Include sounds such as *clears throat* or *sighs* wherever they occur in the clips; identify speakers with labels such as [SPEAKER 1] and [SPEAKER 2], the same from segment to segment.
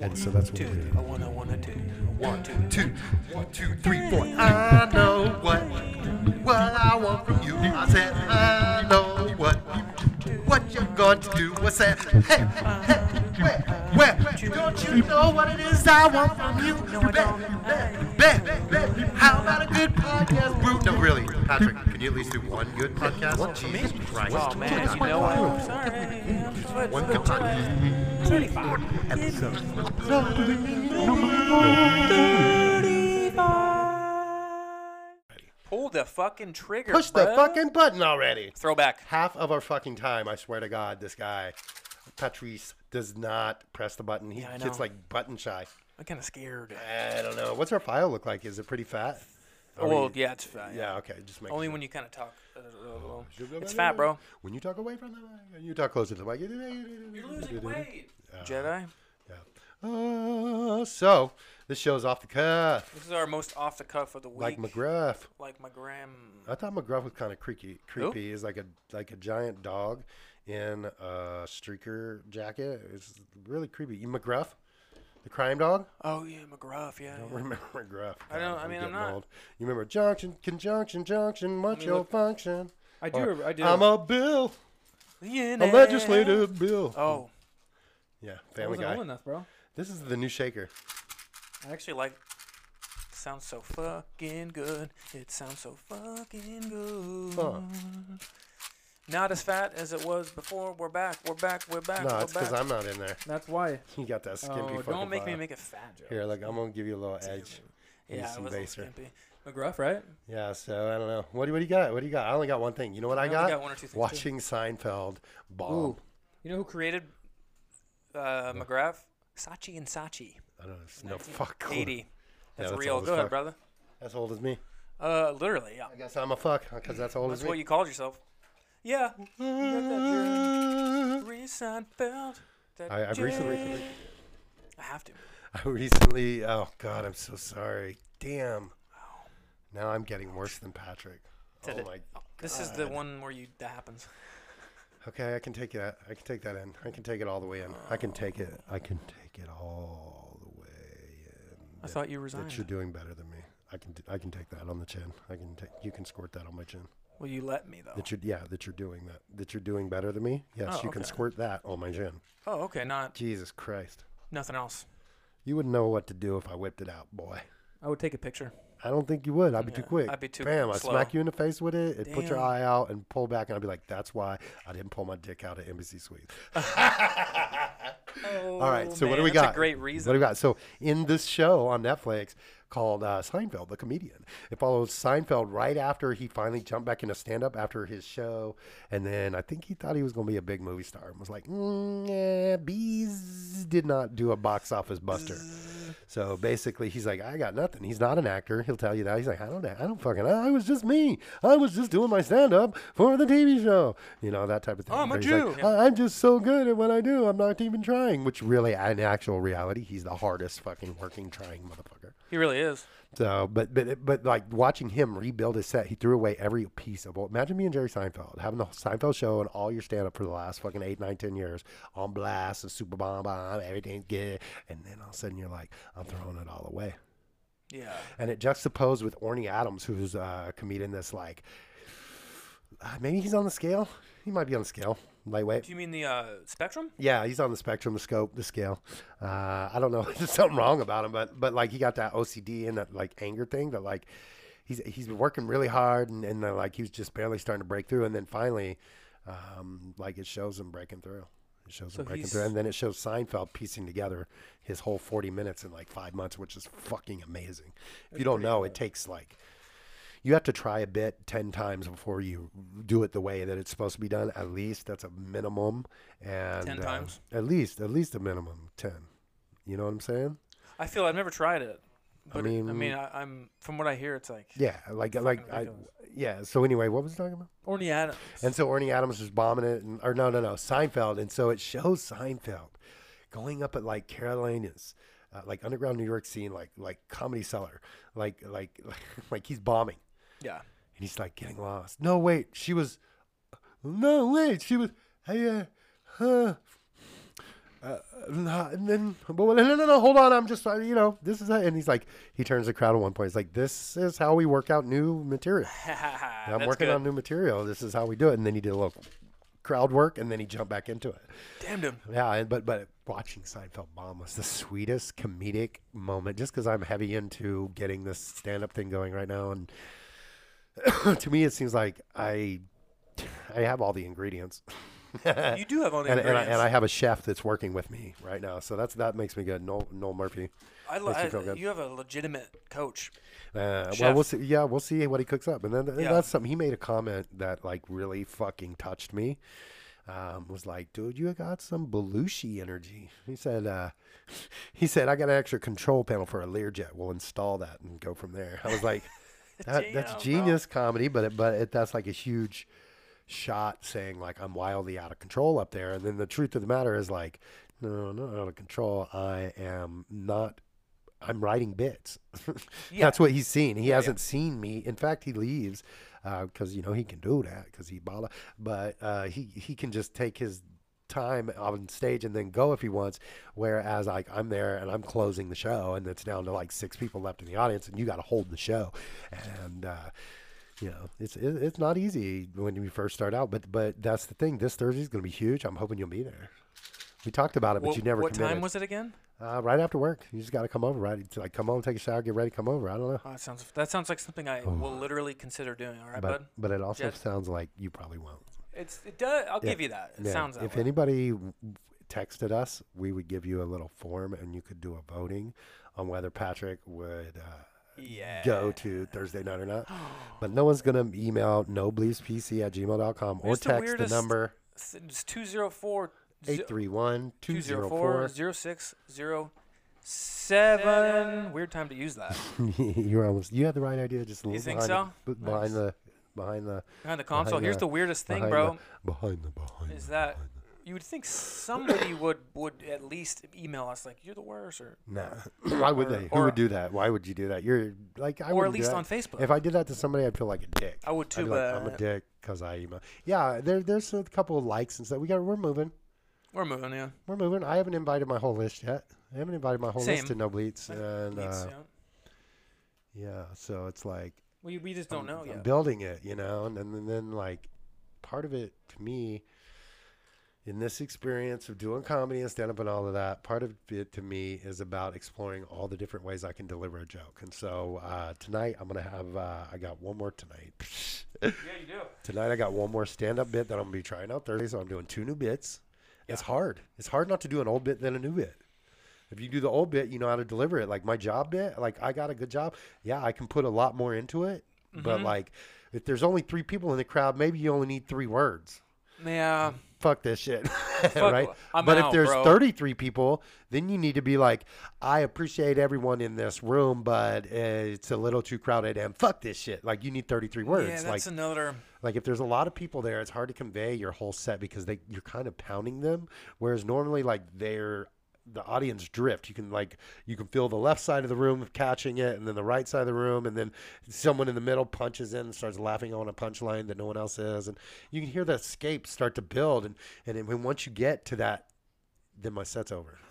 [SPEAKER 1] And so that's what we
[SPEAKER 2] Two,
[SPEAKER 1] did.
[SPEAKER 2] a one, a one, a two, a one, two, two.
[SPEAKER 3] two, one, two, three, four. I know what, what I want from you. I said, I know what, what you're going to do. I said, hey, hey, where, where? Don't you know what it is I want from you? You bet, you bet, you bet, you bet. How about a good podcast, Bruce? No, really, Patrick, can you at least do one good podcast? What for me?
[SPEAKER 2] Oh man, you know I'm sorry. I'm sorry.
[SPEAKER 3] One good podcast.
[SPEAKER 2] Thirty-five.
[SPEAKER 3] Episode.
[SPEAKER 2] Pull the fucking trigger.
[SPEAKER 3] Push the
[SPEAKER 2] bruh.
[SPEAKER 3] fucking button already.
[SPEAKER 2] throwback.
[SPEAKER 3] half of our fucking time, I swear to God, this guy, Patrice, does not press the button. He
[SPEAKER 2] Yeah, I
[SPEAKER 3] gets
[SPEAKER 2] know.
[SPEAKER 3] like button shy.
[SPEAKER 2] I'm kind of scared.
[SPEAKER 3] I don't know. What's our file look like? Is it pretty fat? Are
[SPEAKER 2] Oh, well,
[SPEAKER 3] we-
[SPEAKER 2] yeah, it's fine.
[SPEAKER 3] Yeah, okay. Just make
[SPEAKER 2] Only
[SPEAKER 3] sure.
[SPEAKER 2] when you kind of talk. uh, uh, uh, It's fat, bro.
[SPEAKER 3] When you talk away from the mic, you talk closer to the mic. You're
[SPEAKER 2] Jedi.
[SPEAKER 3] Yeah. Uh, so, this show's off the cuff,
[SPEAKER 2] This is our most off the cuff of the week.
[SPEAKER 3] like McGruff.
[SPEAKER 2] Like McGram.
[SPEAKER 3] I thought McGruff was kind of creaky. Creepy is like a like a giant dog in a streaker jacket. It's really creepy. You McGruff, the crime dog.
[SPEAKER 2] Oh yeah, McGruff.
[SPEAKER 3] I
[SPEAKER 2] Yeah. yeah.
[SPEAKER 3] don't *laughs* remember McGruff.
[SPEAKER 2] I don't- I mean, I'm
[SPEAKER 3] getting
[SPEAKER 2] not-
[SPEAKER 3] You remember junction, conjunction, junction. What's
[SPEAKER 2] me
[SPEAKER 3] your
[SPEAKER 2] look.
[SPEAKER 3] function?
[SPEAKER 2] I do.
[SPEAKER 3] Or,
[SPEAKER 2] re- I do.
[SPEAKER 3] I'm a bill,
[SPEAKER 2] Yeah,
[SPEAKER 3] a
[SPEAKER 2] nah.
[SPEAKER 3] legislative bill.
[SPEAKER 2] Oh,
[SPEAKER 3] Yeah,
[SPEAKER 4] I
[SPEAKER 3] Family
[SPEAKER 4] wasn't
[SPEAKER 3] Guy.
[SPEAKER 4] old enough, bro.
[SPEAKER 3] This is the new shaker.
[SPEAKER 2] I actually like. Sounds so fucking good. It sounds so fucking good.
[SPEAKER 3] Huh.
[SPEAKER 2] Not as fat as it was before. We're back. We're back. We're back.
[SPEAKER 3] No,
[SPEAKER 2] we're
[SPEAKER 3] it's because
[SPEAKER 2] back.
[SPEAKER 3] I'm not in there.
[SPEAKER 4] That's why.
[SPEAKER 3] You got that skimpy
[SPEAKER 4] Oh,
[SPEAKER 3] fucking.
[SPEAKER 2] Don't make me
[SPEAKER 3] vibe.
[SPEAKER 2] make it fat, Joe.
[SPEAKER 3] Here, look, I'm gonna give you a little edge. Give you
[SPEAKER 2] Yeah, I
[SPEAKER 3] some
[SPEAKER 2] was a little
[SPEAKER 3] baser.
[SPEAKER 2] skimpy.
[SPEAKER 4] McGruff, right?
[SPEAKER 3] Yeah, so I don't know. What do, what do you got? What do you got? I only got one thing. You know what I,
[SPEAKER 2] I only
[SPEAKER 3] got?
[SPEAKER 2] got one or two things, too.
[SPEAKER 3] Watching Seinfeld bomb.
[SPEAKER 4] Ooh. You know who
[SPEAKER 2] Who created uh, McGrath? Sachi and Sachi.
[SPEAKER 3] I don't know. It's no fuck. clue.
[SPEAKER 2] 80. That's,
[SPEAKER 3] that's
[SPEAKER 2] real
[SPEAKER 3] old as
[SPEAKER 2] good,
[SPEAKER 3] fuck.
[SPEAKER 2] brother.
[SPEAKER 3] That's old as me.
[SPEAKER 2] Uh, literally, yeah.
[SPEAKER 3] I guess I'm a fuck because that's old
[SPEAKER 2] That's
[SPEAKER 3] as
[SPEAKER 2] what
[SPEAKER 3] me.
[SPEAKER 2] you called yourself. Yeah. Jerry Seinfeld.
[SPEAKER 3] *laughs*
[SPEAKER 2] That
[SPEAKER 3] I, I've recently,
[SPEAKER 2] Jerry- I have to.
[SPEAKER 3] I recently. Oh God, I'm so sorry. Damn. Now I'm getting worse than Patrick.
[SPEAKER 2] Did
[SPEAKER 3] oh
[SPEAKER 2] it-
[SPEAKER 3] my.
[SPEAKER 2] This is the one where you that happens.
[SPEAKER 3] Okay, I can take that. I can take that in. I can take it all the way in. I can take it. I can take it all the way in.
[SPEAKER 2] I thought you
[SPEAKER 3] That you're
[SPEAKER 2] resigned.
[SPEAKER 3] doing better than me. I can. I can take that on the chin. I can take. You can squirt that on my chin.
[SPEAKER 2] Well, you let me though.
[SPEAKER 3] That you're, yeah, that you're doing that. That you're doing better than me. Yes,
[SPEAKER 2] Oh,
[SPEAKER 3] you can
[SPEAKER 2] okay.
[SPEAKER 3] squirt that on my chin.
[SPEAKER 2] Oh, okay. Not
[SPEAKER 3] Jesus Christ,
[SPEAKER 2] nothing else.
[SPEAKER 3] you wouldn't know what to do if I whipped it out, boy.
[SPEAKER 4] I would take a picture.
[SPEAKER 3] I don't think you would. I'd be too
[SPEAKER 2] Yeah,
[SPEAKER 3] quick.
[SPEAKER 2] I'd be too
[SPEAKER 3] Bam! I
[SPEAKER 2] slow.
[SPEAKER 3] smack you in the face with it. It put your
[SPEAKER 2] Damn.
[SPEAKER 3] eye out and pull back, and I'd be like, "That's why I didn't pull my dick out at Embassy Suites."
[SPEAKER 2] Oh,
[SPEAKER 3] All right, so what do we
[SPEAKER 2] that's
[SPEAKER 3] got?
[SPEAKER 2] A great
[SPEAKER 3] What do
[SPEAKER 2] reason.
[SPEAKER 3] we got? So in this show on Netflix called uh, Seinfeld, the comedian, it follows Seinfeld right after he finally jumped back into stand up after his show, and then I think he thought he was going to be a big movie star and was like, mm, eh, bees did not do a box office buster. So basically, he's like, I got nothing. He's not an actor. He'll tell you that. He's like, I don't, I don't fucking. I was just me. I was just doing my stand up for the TV show. You know that type of thing.
[SPEAKER 2] Oh, I'm a
[SPEAKER 3] Where he's like,
[SPEAKER 2] Jew.
[SPEAKER 3] "I- I'm just so good at what I do. I'm not even trying. Which really, in actual reality, he's the hardest fucking working trying motherfucker.
[SPEAKER 2] He really is.
[SPEAKER 3] So, but but but like watching him rebuild his set, he threw away every piece of. Imagine me and Jerry Seinfeld having the Seinfeld show and all your stand up for the last fucking eight, nine, ten years on blast and super bomb bomb, everything's good, and then all of a sudden you're like, I'm throwing it all away
[SPEAKER 2] Yeah.
[SPEAKER 3] and it juxtaposed with Orny Adams, who's uh, a comedian that's like, uh, maybe he's on the scale. He might be on the scale,
[SPEAKER 2] Do
[SPEAKER 3] lightweight.
[SPEAKER 2] you mean the uh, spectrum?
[SPEAKER 3] Yeah, he's on the spectrum, the scope, the scale. Uh, I don't know, *laughs* there's something wrong about him, but but like he got that OCD and that like anger thing that like he's he's been working really hard and and then, like he was just barely starting to break through, and then finally, um, like it shows him breaking through. It shows him
[SPEAKER 2] So
[SPEAKER 3] breaking
[SPEAKER 2] he's-
[SPEAKER 3] through, and then it shows Seinfeld piecing together his whole forty minutes in like five months, which is fucking amazing. If you don't know, it takes like you have to try a bit 10 times before you do it the way that it's supposed to be done at least that's a minimum and
[SPEAKER 2] 10
[SPEAKER 3] uh,
[SPEAKER 2] times?
[SPEAKER 3] at least at least a minimum 10 you know what i'm saying
[SPEAKER 2] I feel I've never tried it. But it- I
[SPEAKER 3] mean-
[SPEAKER 2] mean, I, I'm from what I hear, it's like
[SPEAKER 3] yeah like like I, yeah so anyway what was I talking about
[SPEAKER 2] Orny Adams.
[SPEAKER 3] And so Ernie Adams was bombing it, and, or no, no, no, Seinfeld. And so it shows Seinfeld going up at like Carolina's, uh, like underground New York scene, like like comedy cellar, like like *laughs* like he's bombing,
[SPEAKER 2] Yeah. *laughs*
[SPEAKER 3] and he's like getting lost. No wait, she was, no wait, she was. Hey, uh, huh. uh, nah, and then, but no, no, no, no, hold on. I'm just, uh, you know, this is, it. and he's like, he turns to the crowd at one point. He's like, this is how we work out new material. I'm
[SPEAKER 2] I'm
[SPEAKER 3] working on new material. This is how we do it. And then he did a little crowd work, and then he jumped back into it. *laughs*
[SPEAKER 2] Damned him.
[SPEAKER 3] Yeah, and- but but watching Seinfeld bomb was the sweetest comedic moment. Just because I'm heavy into getting this stand up thing going right now, and *coughs* to me, it seems like I I have all the ingredients.
[SPEAKER 2] You do have all the
[SPEAKER 3] And, and, I,
[SPEAKER 2] ingredients.
[SPEAKER 3] and I have a chef that's working with me right now, so that's that makes me good. Noel, Noel Murphy.
[SPEAKER 2] I li-
[SPEAKER 3] makes you
[SPEAKER 2] I-
[SPEAKER 3] feel good.
[SPEAKER 2] you have a legitimate coach.
[SPEAKER 3] Uh, well,
[SPEAKER 2] Chef.
[SPEAKER 3] we'll see. Yeah, we'll see what he cooks up, and then and
[SPEAKER 2] Yeah.
[SPEAKER 3] that's something he made a comment that like really fucking touched me. Um, was like, dude, you got some Belushi energy. He said, uh, *laughs* he said, I got an extra control panel for a Learjet. We'll install that and go from there. I was like,
[SPEAKER 2] *laughs*
[SPEAKER 3] that,
[SPEAKER 2] Damn, bro.
[SPEAKER 3] that's genius comedy, but it, but it, that's like a huge shot saying like I'm wildly out of control up there. And then the truth of the matter is like, no, no, out of control. I am not. I'm writing bits. *laughs*
[SPEAKER 2] Yeah.
[SPEAKER 3] That's what he's seen. He hasn't seen me. In fact, he leaves because you know he can do that because he bala. But uh, he he can just take his time on stage and then go if he wants. Whereas like I'm there and I'm closing the show and it's down to like six people left in the audience and you got to hold the show. And uh, you know it's it, it's not easy when you first start out. But but that's the thing. This Thursday's going to be huge. I'm hoping you'll be there. We talked about it, but
[SPEAKER 2] What,
[SPEAKER 3] you never
[SPEAKER 2] what
[SPEAKER 3] committed.
[SPEAKER 2] time was it again?
[SPEAKER 3] Uh, right after work, you just got to come over. Right, It's like come home, take a shower, get ready, come over. I don't know,
[SPEAKER 2] Oh, that sounds that sounds like something I will literally consider doing. All right,
[SPEAKER 3] Oh. but
[SPEAKER 2] bud.
[SPEAKER 3] but it also
[SPEAKER 2] Jed?
[SPEAKER 3] sounds like you probably won't.
[SPEAKER 2] It's it does. I'll
[SPEAKER 3] Yeah.
[SPEAKER 2] give you that. It
[SPEAKER 3] Yeah,
[SPEAKER 2] sounds that
[SPEAKER 3] if
[SPEAKER 2] way.
[SPEAKER 3] anybody w- texted us, we would give you a little form, and you could do a voting on whether Patrick would uh,
[SPEAKER 2] yeah.
[SPEAKER 3] go to Thursday night or
[SPEAKER 2] *gasps*
[SPEAKER 3] not. but no one's gonna email noblespc at gmail.com or
[SPEAKER 2] It's the
[SPEAKER 3] text the,
[SPEAKER 2] weirdest-
[SPEAKER 3] number
[SPEAKER 2] S- It's two zero four
[SPEAKER 3] 831
[SPEAKER 2] two zero four zero six zero seven. Weird time to use
[SPEAKER 3] *laughs*
[SPEAKER 2] that
[SPEAKER 3] You were almost. You had the right idea, just a little
[SPEAKER 2] think
[SPEAKER 3] behind,
[SPEAKER 2] so?
[SPEAKER 3] the, b- behind the behind the
[SPEAKER 2] behind the console.
[SPEAKER 3] Behind
[SPEAKER 2] Here's
[SPEAKER 3] the-
[SPEAKER 2] the weirdest thing,
[SPEAKER 3] behind
[SPEAKER 2] bro.
[SPEAKER 3] The, behind the behind.
[SPEAKER 2] Is
[SPEAKER 3] the-
[SPEAKER 2] that you would think somebody would would at least email us like you're the worst or
[SPEAKER 3] *clears throat* No. Why would
[SPEAKER 2] Or-
[SPEAKER 3] they? Who
[SPEAKER 2] or-
[SPEAKER 3] would do that? Why would you do that? You're like I
[SPEAKER 2] or at
[SPEAKER 3] wouldn't do
[SPEAKER 2] least
[SPEAKER 3] that.
[SPEAKER 2] on Facebook.
[SPEAKER 3] If I did that to somebody, I'd feel like a dick.
[SPEAKER 2] I would
[SPEAKER 3] I'd
[SPEAKER 2] too,
[SPEAKER 3] be like,
[SPEAKER 2] but
[SPEAKER 3] I'm a dick because I email. Yeah, there, there's a couple of likes and stuff. We got. We're moving.
[SPEAKER 2] we're moving. Yeah.
[SPEAKER 3] We're moving. I haven't invited my whole list yet. I haven't invited my whole list
[SPEAKER 2] Same.
[SPEAKER 3] to No Bleats,
[SPEAKER 2] I-
[SPEAKER 3] and
[SPEAKER 2] Needs,
[SPEAKER 3] uh,
[SPEAKER 2] yeah.
[SPEAKER 3] yeah, so it's like
[SPEAKER 2] We we just
[SPEAKER 3] I'm-
[SPEAKER 2] don't know
[SPEAKER 3] I'm
[SPEAKER 2] yet.
[SPEAKER 3] building it, you know, and, then and then like part of it to me in this experience of doing comedy and stand up and all of that, part of it to me is about exploring all the different ways I can deliver a joke. And so uh, tonight I'm gonna have uh, I got one more tonight. *laughs*
[SPEAKER 2] yeah, you do.
[SPEAKER 3] Tonight I got one more stand up bit that I'm gonna be trying out Thursday, so I'm doing two new bits. It's hard. It's hard not to do an old bit than a new bit. If you do the old bit, you know how to deliver it. Like my job bit, like I got a good job. Yeah, I can put a lot more into it. But
[SPEAKER 2] Mm-hmm.
[SPEAKER 3] like if there's only three people in the crowd, maybe you only need three words.
[SPEAKER 2] Yeah.
[SPEAKER 3] Fuck this shit. *laughs* right?
[SPEAKER 2] I'm
[SPEAKER 3] but if
[SPEAKER 2] out,
[SPEAKER 3] there's
[SPEAKER 2] bro.
[SPEAKER 3] 33 people, then you need to be like, I appreciate everyone in this room, but uh, it's a little too crowded and fuck this shit. Like you need 33 words.
[SPEAKER 2] Yeah,
[SPEAKER 3] like
[SPEAKER 2] that's another.
[SPEAKER 3] like if there's a lot of people there, it's hard to convey your whole set because they you're kind of pounding them. Whereas normally, like they're the audience drift. You can like you can feel the left side of the room catching it, and then the right side of the room, and then someone in the middle punches in and starts laughing on a punchline that no one else is, and you can hear that scape start to build. And and then when once you get to that, then my set's over.
[SPEAKER 2] *laughs*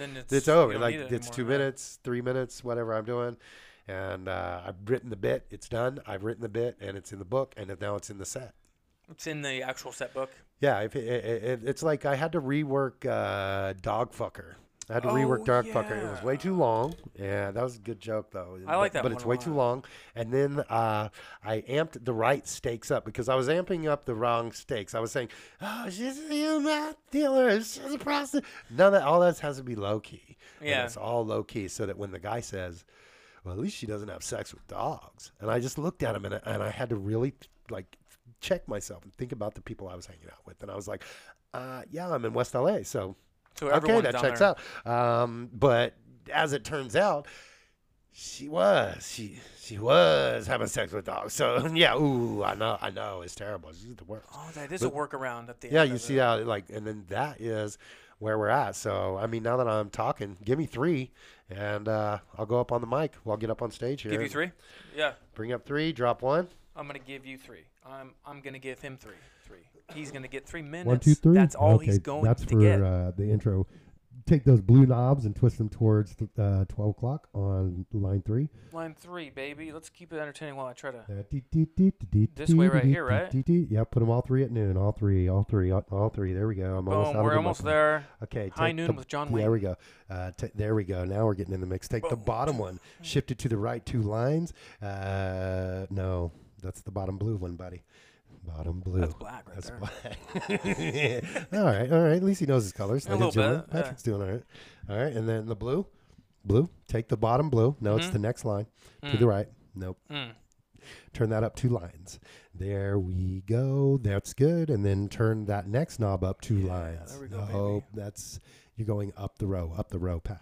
[SPEAKER 3] *laughs*
[SPEAKER 2] then it's,
[SPEAKER 3] it's
[SPEAKER 2] you
[SPEAKER 3] over.
[SPEAKER 2] don't
[SPEAKER 3] Like
[SPEAKER 2] need it
[SPEAKER 3] it's
[SPEAKER 2] anymore,
[SPEAKER 3] two
[SPEAKER 2] right?
[SPEAKER 3] minutes, three minutes, whatever I'm doing. And uh, I've written the bit. It's done. I've written the bit, and it's in the book, and it, now it's in the set.
[SPEAKER 2] It's in the actual set book.
[SPEAKER 3] Yeah, if it, it, it, it's like I had to rework uh, Dogfucker. I had to
[SPEAKER 2] Oh,
[SPEAKER 3] rework Dogfucker. It was way
[SPEAKER 2] yeah.
[SPEAKER 3] too long. Yeah, that was a good joke though.
[SPEAKER 2] I like
[SPEAKER 3] But-
[SPEAKER 2] that
[SPEAKER 3] but
[SPEAKER 2] one
[SPEAKER 3] it's
[SPEAKER 2] a
[SPEAKER 3] way too
[SPEAKER 2] lot.
[SPEAKER 3] long. And then uh, I amped the right stakes up because I was amping up the wrong stakes. I was saying, "Oh, she's a human dealer. She's a prostitute." None of that. All that has to be low key. And
[SPEAKER 2] Yeah.
[SPEAKER 3] it's all low key so that when the guy says, well, at least she doesn't have sex with dogs. And I just looked at him and I, and I had to really like check myself and think about the people I was hanging out with. And I was like, uh, yeah, I'm in West LA. So,
[SPEAKER 2] So
[SPEAKER 3] okay,
[SPEAKER 2] everyone's
[SPEAKER 3] that
[SPEAKER 2] down
[SPEAKER 3] checks
[SPEAKER 2] there.
[SPEAKER 3] out. Um, but as it turns out, she was, she, she was having sex with dogs. So *laughs* yeah, ooh, I know, I know it's terrible. She's the worst.
[SPEAKER 2] Oh, that is a workaround at the
[SPEAKER 3] Yeah,
[SPEAKER 2] end.
[SPEAKER 3] you
[SPEAKER 2] of
[SPEAKER 3] see
[SPEAKER 2] it.
[SPEAKER 3] how it, like, and then that is where we're at. So I mean, now that I'm talking, give me three, and uh, I'll go up on the mic. I'll get up on stage here.
[SPEAKER 2] Give you three. Yeah,
[SPEAKER 3] Bring up three, drop one.
[SPEAKER 2] I'm gonna give you three. I'm I'm gonna give him three. Three. He's gonna get three minutes.
[SPEAKER 3] One, two, three.
[SPEAKER 2] That's all
[SPEAKER 3] okay.
[SPEAKER 2] he's going
[SPEAKER 3] That's
[SPEAKER 2] to
[SPEAKER 3] for
[SPEAKER 2] get.
[SPEAKER 3] Uh, the intro. Take those blue knobs and twist them towards uh, 12 o'clock on line three.
[SPEAKER 2] Line three, baby. Let's keep it entertaining while I try to.
[SPEAKER 3] This
[SPEAKER 2] This way right here, right?
[SPEAKER 3] Yeah, put them all three at noon. All three, all three, all, all three. There we go. I'm almost out
[SPEAKER 2] Boom.
[SPEAKER 3] of
[SPEAKER 2] We're
[SPEAKER 3] the
[SPEAKER 2] almost
[SPEAKER 3] microphone.
[SPEAKER 2] there.
[SPEAKER 3] Okay.
[SPEAKER 2] High
[SPEAKER 3] take
[SPEAKER 2] noon
[SPEAKER 3] the-
[SPEAKER 2] with John
[SPEAKER 3] There
[SPEAKER 2] Wayne.
[SPEAKER 3] we go. Uh, t- there we go. Now we're getting in the mix. Take the
[SPEAKER 2] Boom.
[SPEAKER 3] bottom one, shift it to the right two lines. Uh, no, that's the bottom blue one, buddy. Bottom blue.
[SPEAKER 2] That's black right
[SPEAKER 3] That's
[SPEAKER 2] there.
[SPEAKER 3] *laughs* black. *laughs* all right, all right. At least he knows his colors. Ladies
[SPEAKER 2] A
[SPEAKER 3] and
[SPEAKER 2] little
[SPEAKER 3] gentlemen,
[SPEAKER 2] bit, yeah.
[SPEAKER 3] Patrick's doing all right. All right, and then the blue, blue. Take the bottom blue. No, it's
[SPEAKER 2] Mhm.
[SPEAKER 3] the next line to
[SPEAKER 2] Mm,
[SPEAKER 3] the right. Nope.
[SPEAKER 2] mm.
[SPEAKER 3] Turn that up two lines. There we go. That's good. And then turn that next knob up two lines.
[SPEAKER 2] there we go,
[SPEAKER 3] No, that's you're going up the row, up the row, Pat.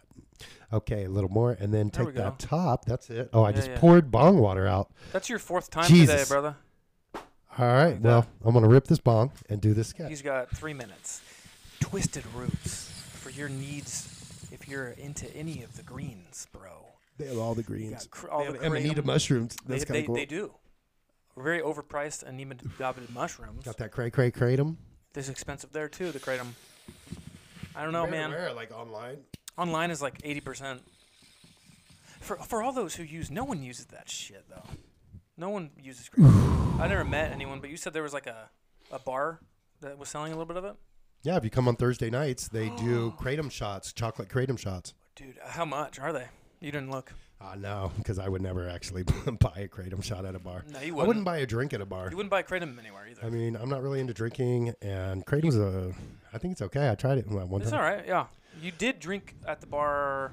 [SPEAKER 3] Okay, a little more, and then
[SPEAKER 2] There we
[SPEAKER 3] take that
[SPEAKER 2] go.
[SPEAKER 3] top. That's it. Oh, I
[SPEAKER 2] Yeah,
[SPEAKER 3] just
[SPEAKER 2] yeah.
[SPEAKER 3] poured bong water out.
[SPEAKER 2] That's your fourth time today,
[SPEAKER 3] Jesus.
[SPEAKER 2] brother.
[SPEAKER 3] All right.
[SPEAKER 2] Like that.
[SPEAKER 3] well, I'm gonna rip this bong and do this sketch.
[SPEAKER 2] He's got three minutes. Twisted roots for your needs. If you're into any of the greens, bro.
[SPEAKER 3] They have all the
[SPEAKER 2] You
[SPEAKER 3] greens.
[SPEAKER 2] got cr- all
[SPEAKER 3] They
[SPEAKER 2] the
[SPEAKER 3] have amanita
[SPEAKER 2] kratom-
[SPEAKER 3] mushrooms.
[SPEAKER 2] They,
[SPEAKER 3] That's kind
[SPEAKER 2] they,
[SPEAKER 3] of cool.
[SPEAKER 2] they do. Very overpriced anemone gobbed mushrooms.
[SPEAKER 3] Got that cray cray kratom.
[SPEAKER 2] There's expensive there too, the kratom. I don't know, Oh, man.
[SPEAKER 3] like online.
[SPEAKER 2] Online is like 80%. For for all those who use, no one uses that shit though. No one uses
[SPEAKER 3] *sighs*
[SPEAKER 2] kratom. I never met anyone, but you said there was like a, a bar that was selling a little bit of it?
[SPEAKER 3] Yeah, if you come on Thursday nights, they
[SPEAKER 2] *gasps*
[SPEAKER 3] do kratom shots, chocolate kratom shots.
[SPEAKER 2] Dude, uh, how much are they? You didn't look.
[SPEAKER 3] Uh, no, *laughs* because I would never actually *laughs* buy a kratom shot at a bar.
[SPEAKER 2] No, you
[SPEAKER 3] I
[SPEAKER 2] wouldn't.
[SPEAKER 3] wouldn't buy a drink at a bar.
[SPEAKER 2] You wouldn't buy kratom anywhere either.
[SPEAKER 3] I mean, I'm not really into drinking, and kratom's a. I think it's okay. I tried it one
[SPEAKER 2] It's
[SPEAKER 3] time.
[SPEAKER 2] all right. Yeah, you did drink at the bar. a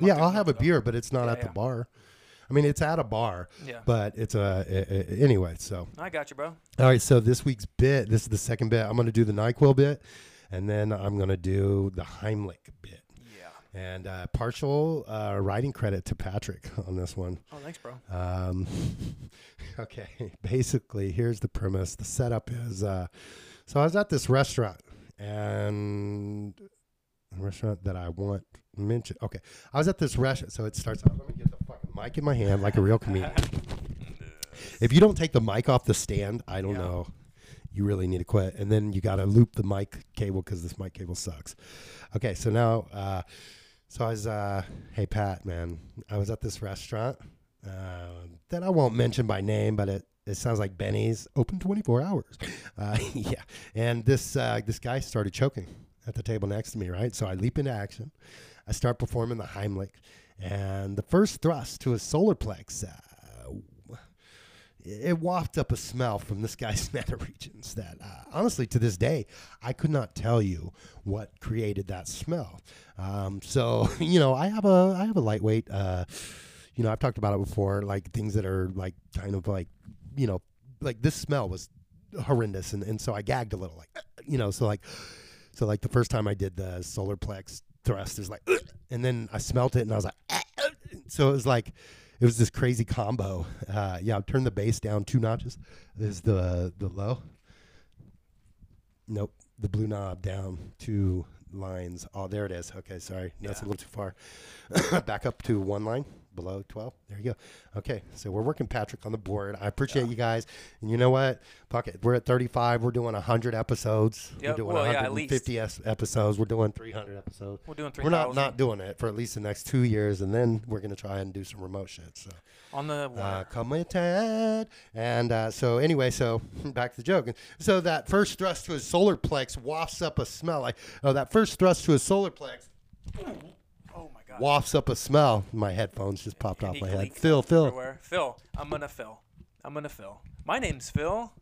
[SPEAKER 2] month
[SPEAKER 3] Yeah,
[SPEAKER 2] ago,
[SPEAKER 3] I'll have a
[SPEAKER 2] though.
[SPEAKER 3] beer, but it's not
[SPEAKER 2] Yeah,
[SPEAKER 3] at the
[SPEAKER 2] yeah.
[SPEAKER 3] bar. I mean, it's at a bar,
[SPEAKER 2] Yeah,
[SPEAKER 3] but it's a, a- a- anyway. So
[SPEAKER 2] I got you, bro.
[SPEAKER 3] All right, so this week's bit, this is the second bit. I'm going to do the NyQuil bit, and then I'm going to do the Heimlich bit.
[SPEAKER 2] Yeah.
[SPEAKER 3] And uh, partial uh, writing credit to Patrick on this one.
[SPEAKER 2] Oh, thanks, bro.
[SPEAKER 3] Um, *laughs* okay, *laughs* basically, here's the premise. The setup is uh, so I was at this restaurant, and a restaurant that I want mentioned. Okay, I was at this restaurant, so it starts out. Let me get the fucking mic in my hand like a real comedian. if you don't take the mic off the stand, I don't
[SPEAKER 2] Yeah.
[SPEAKER 3] know. You really need to quit. And then you got to loop the mic cable because this mic cable sucks. Okay, so now, uh, so I was, uh, hey, Pat, man, I was at this restaurant uh, that I won't mention by name, but it, it sounds like Benny's open 24 hours. *laughs* Uh, yeah. And this, uh, this guy started choking at the table next to me, right? So I leap into action. I start performing the Heimlich and the first thrust to his solar plex. Uh, it wafted up a smell from this guy's *laughs* nether regions that, uh, honestly, to this day, I could not tell you what created that smell. Um, so, *laughs* you know, I have a I have a lightweight. Uh, you know, I've talked about it before, like things that are like kind of like, you know, like this smell was horrendous, and, and so I gagged a little, like, *clears throat* you know, so like, so like the first time I did the solar plex thrust, it was like, *clears throat* and then I smelt it, and I was like, *clears throat* so it was like it was this crazy combo. Uh, yeah, turn the bass down two notches. This is the the low. Nope, the blue knob down two lines. Oh, there it is. Okay, sorry, that's a
[SPEAKER 2] Yeah.
[SPEAKER 3] little too far. *coughs* Back up to one line below twelve. There you go. Okay, so we're working Patrick on the board. I appreciate you guys. And you know what? Fuck it. We're at thirty-five. We're doing hundred episodes.
[SPEAKER 2] Yep,
[SPEAKER 3] We're doing
[SPEAKER 2] well, yeah, at
[SPEAKER 3] 150 es- episodes. We're doing three hundred episodes
[SPEAKER 2] We're doing three.
[SPEAKER 3] we're not not doing it for at least the next two years, and then we're gonna try and do some remote shit. So
[SPEAKER 2] on the
[SPEAKER 3] uh,
[SPEAKER 2] wire.
[SPEAKER 3] committed, and uh, so anyway, so *laughs* back to the joke. So that first thrust to his solar plex wafts up a smell. Like oh, that first thrust to his solar plex
[SPEAKER 2] oh my god.
[SPEAKER 3] wafts up a smell. My headphones just popped
[SPEAKER 2] And
[SPEAKER 3] off
[SPEAKER 2] he
[SPEAKER 3] my head.
[SPEAKER 2] leaked
[SPEAKER 3] Phil, Phil,
[SPEAKER 2] Everywhere. Phil, I'm gonna Phil. I'm gonna Phil. My name's Phil.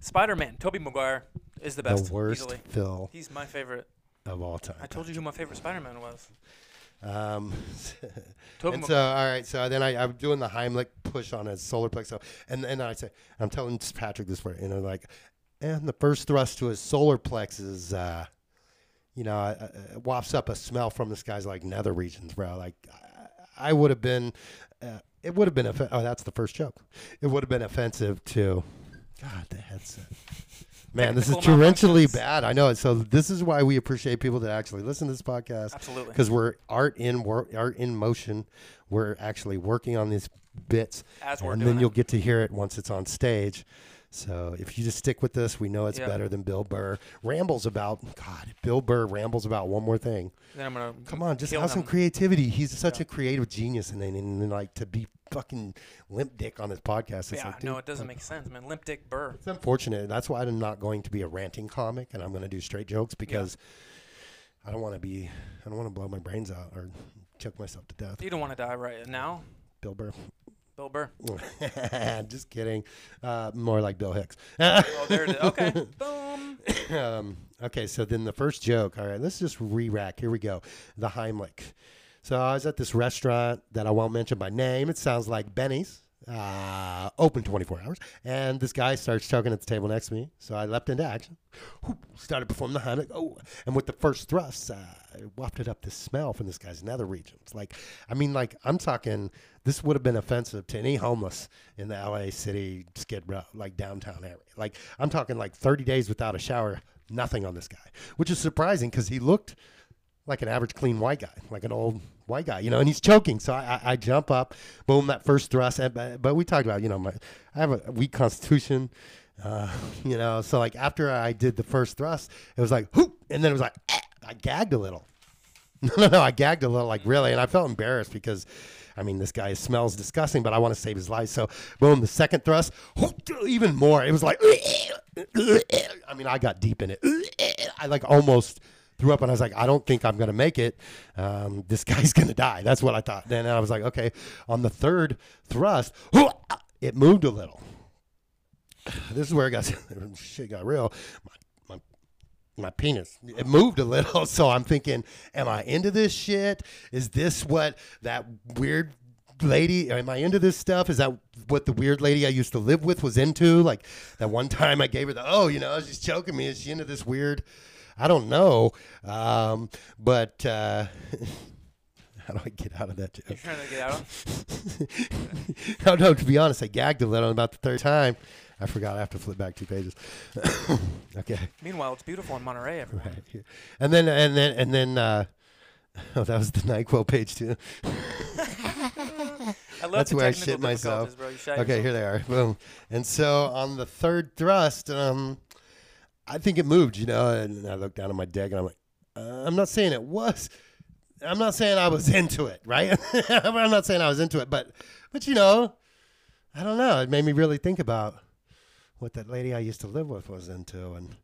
[SPEAKER 2] Spider-Man, Toby Maguire is the best.
[SPEAKER 3] the worst
[SPEAKER 2] Easily.
[SPEAKER 3] Phil
[SPEAKER 2] He's my favorite.
[SPEAKER 3] of all time.
[SPEAKER 2] I told you who my favorite Spider-Man was.
[SPEAKER 3] Um, *laughs*
[SPEAKER 2] Toby
[SPEAKER 3] and
[SPEAKER 2] Mag-
[SPEAKER 3] so, all right. So then I, I'm doing the Heimlich push on his solar plex. So, and then I say, I'm telling Patrick this part, and I'm like, and the first thrust to his solar plex is, uh, you know, uh, uh, wafts up a smell from this guy's like nether regions, bro. Like, I, I would have been, uh, it would have been, off- oh, that's the first joke. It would have been offensive to, God, the headset. Man, this is
[SPEAKER 2] Technical
[SPEAKER 3] torrentially
[SPEAKER 2] malfunctions.
[SPEAKER 3] bad. I know it. So this is why we appreciate people that actually listen to this podcast
[SPEAKER 2] Absolutely.
[SPEAKER 3] because we're art in work, art in motion. We're actually working on these bits,
[SPEAKER 2] As we're
[SPEAKER 3] and
[SPEAKER 2] doing
[SPEAKER 3] then
[SPEAKER 2] it.
[SPEAKER 3] you'll get to hear it once it's on stage. So if you just stick with this, we know it's
[SPEAKER 2] Yeah.
[SPEAKER 3] better than Bill Burr rambles about. God, if Bill Burr rambles about one more thing.
[SPEAKER 2] Then I'm gonna
[SPEAKER 3] Come on, just
[SPEAKER 2] kill
[SPEAKER 3] have some
[SPEAKER 2] him.
[SPEAKER 3] creativity. He's such
[SPEAKER 2] Yeah.
[SPEAKER 3] a creative genius, and then and, then, like to be fucking limp dick on this podcast. It's
[SPEAKER 2] Yeah,
[SPEAKER 3] like,
[SPEAKER 2] no,
[SPEAKER 3] dude,
[SPEAKER 2] it doesn't make sense, man. Limp Dick Burr.
[SPEAKER 3] it's unfortunate. That's why I'm not going to be a ranting comic, and I'm going to do straight jokes because I don't want to be. I don't want to blow my brains out or choke myself to death.
[SPEAKER 2] You don't want to die right now,
[SPEAKER 3] Bill Burr. *laughs*
[SPEAKER 2] Bill Burr.
[SPEAKER 3] Just kidding. Uh, more like Bill Hicks. *laughs*
[SPEAKER 2] Oh, there it is. Okay, boom.
[SPEAKER 3] um, okay, so then the first joke. All right, let's just re rack. Here we go. The Heimlich. So I was at this restaurant that I won't mention by name. It sounds like Benny's. Uh, open 24 hours. And this guy starts choking at the table next to me. So I leapt into action. Whoop, started performing the Heimlich. Oh, and with the first thrusts, uh, it wafted up this smell from this guy's nether regions. Like, I mean, like, I'm talking, this would have been offensive to any homeless in the LA city skid row, like downtown area. Like, I'm talking like 30 days without a shower, nothing on this guy, which is surprising because he looked like an average clean white guy, like an old white guy, you know, and he's choking. So I, I, I jump up, boom, that first thrust. And, but, but we talked about, you know, my, I have a weak constitution, uh, *laughs* you know, so like after I did the first thrust, it was like, whoop, and then it was like, "Ah," I gagged a little. No, *laughs* no, no, I gagged a little, like really, and I felt embarrassed because, I mean, this guy smells disgusting, but I want to save his life. So, boom, the second thrust, whoop, even more. It was like, *laughs* I mean, I got deep in it. *laughs* I like almost threw up and I was like, I don't think I'm going to make it. Um, this *laughs* guy's going to die. That's what I thought. Then I was like, okay, on the third thrust, *laughs* it moved a little. *sighs* This is where it got *laughs* shit got real. My, my, my penis it moved a little, *laughs* so I'm thinking, am I into this shit? Is this what that weird lady? Am I into this stuff? Is that what the weird lady I used to live with was into? Like that one time I gave her the oh, you know, she's choking me. Is she into this weird? I don't know, um, but uh, *laughs* how do I get out of that? joke? *laughs*
[SPEAKER 2] You're trying to get out. of
[SPEAKER 3] no, no, to be honest, I gagged a little and about the third time. I forgot I have to flip back two pages. *coughs* okay.
[SPEAKER 2] Meanwhile, it's beautiful in Monterey. Everyone.
[SPEAKER 3] Right. here. And then and then and then uh *laughs* Oh, that was the NyQuil page too.
[SPEAKER 2] I love
[SPEAKER 3] That's
[SPEAKER 2] the
[SPEAKER 3] where I
[SPEAKER 2] technical
[SPEAKER 3] shit myself.
[SPEAKER 2] difficulties, Bro. You shot
[SPEAKER 3] Okay,
[SPEAKER 2] yourself.
[SPEAKER 3] here they are. Boom. And so on the third thrust, um, I think it moved, you know, and I looked down at my dick and I'm like, uh, I'm not saying it was. I'm not saying I was *laughs* into it, right? I'm not saying I was into it, but but you know, I don't know. It made me really think about what that lady I used to live with was into and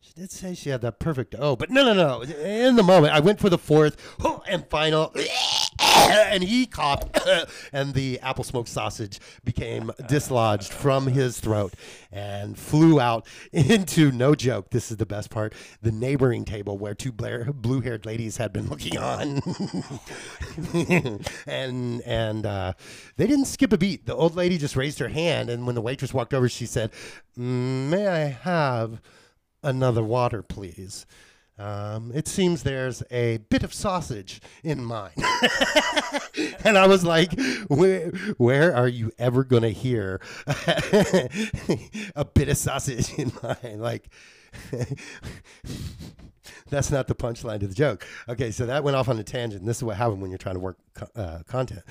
[SPEAKER 3] she did say she had that perfect O, but no, no, no. In the moment, I went for the fourth *gasps* and final, *coughs* and he coughed, *coughs* and the apple smoked sausage became dislodged from his throat and flew out *laughs* into, no joke, this is the best part, the neighboring table where two blue haired ladies had been looking on. *laughs* and and uh, they didn't skip a beat. The old lady just raised her hand, and when the waitress walked over, she said, "Mm, May I have another water, please. Um, it seems there's a bit of sausage in mine. *laughs* and I was like, where, where are you ever going to hear *laughs* a bit of sausage in mine? Like, *laughs* that's not the punchline to the joke. Okay, so that went off on a tangent. This is what happened when you're trying to work co- uh, content.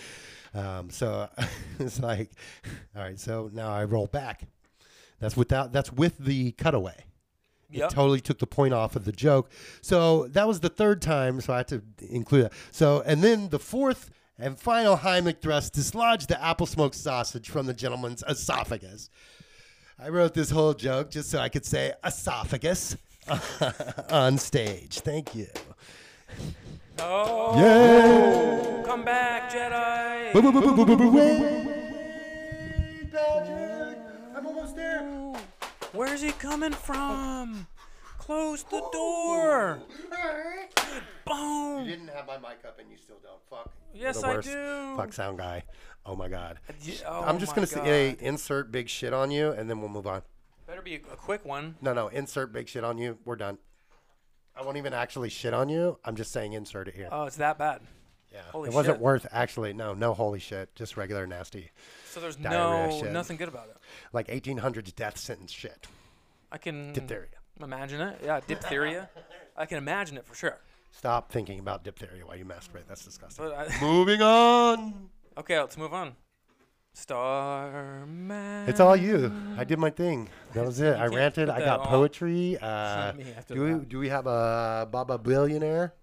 [SPEAKER 3] Um, so *laughs* it's like, all right, so now I roll back. That's without, that's with the cutaway.
[SPEAKER 2] Yep.
[SPEAKER 3] It totally took the point off of the joke. So that was the third time, so I had to include that. So, and then the fourth and final Heimlich thrust dislodged the apple smoked sausage from the gentleman's esophagus. I wrote this whole joke just so I could say esophagus *laughs* on stage. Thank you.
[SPEAKER 2] Oh,
[SPEAKER 3] Yeah.
[SPEAKER 2] come back, Jedi.
[SPEAKER 3] Wait, Patrick. I'm almost there.
[SPEAKER 2] Ooh, Where's he coming from? Close the door.
[SPEAKER 3] You
[SPEAKER 2] Boom.
[SPEAKER 3] didn't have my mic up and you still don't. Fuck.
[SPEAKER 2] Yes,
[SPEAKER 5] the
[SPEAKER 2] I
[SPEAKER 5] worst.
[SPEAKER 2] do.
[SPEAKER 5] Fuck sound guy. Oh my god.
[SPEAKER 2] Ye- oh
[SPEAKER 5] I'm just
[SPEAKER 2] my
[SPEAKER 5] gonna say
[SPEAKER 2] God.
[SPEAKER 5] insert big shit on you, and then we'll move on.
[SPEAKER 2] Better be a quick one.
[SPEAKER 5] No, no, insert big shit on you. We're done. I won't even actually shit on you. I'm just saying insert it here.
[SPEAKER 2] Oh, it's that bad.
[SPEAKER 5] yeah.
[SPEAKER 2] holy
[SPEAKER 5] it wasn't
[SPEAKER 2] shit.
[SPEAKER 5] worth actually. No, no holy shit. Just regular nasty.
[SPEAKER 2] So there's
[SPEAKER 5] Diarrhea
[SPEAKER 2] no
[SPEAKER 5] shit.
[SPEAKER 2] nothing good about it.
[SPEAKER 5] Like 1800s death sentence
[SPEAKER 2] Hmm.
[SPEAKER 5] shit.
[SPEAKER 2] I can
[SPEAKER 5] Diphtheria.
[SPEAKER 2] imagine it. Yeah, diphtheria. I can imagine it for sure.
[SPEAKER 5] Stop thinking about
[SPEAKER 2] *laughs* Uh,
[SPEAKER 5] diphtheria while you masturbate. That's disgusting.
[SPEAKER 2] But I,
[SPEAKER 3] Moving on.
[SPEAKER 2] okay, let's move on. Starman.
[SPEAKER 3] It's all you. I did my thing. That was it. I
[SPEAKER 2] can't
[SPEAKER 3] ranted.
[SPEAKER 2] put
[SPEAKER 3] I
[SPEAKER 2] that
[SPEAKER 3] got
[SPEAKER 2] on. *laughs*
[SPEAKER 3] poetry. Uh,
[SPEAKER 4] Not me after
[SPEAKER 3] do we
[SPEAKER 4] that.
[SPEAKER 3] do we have a Baba billionaire?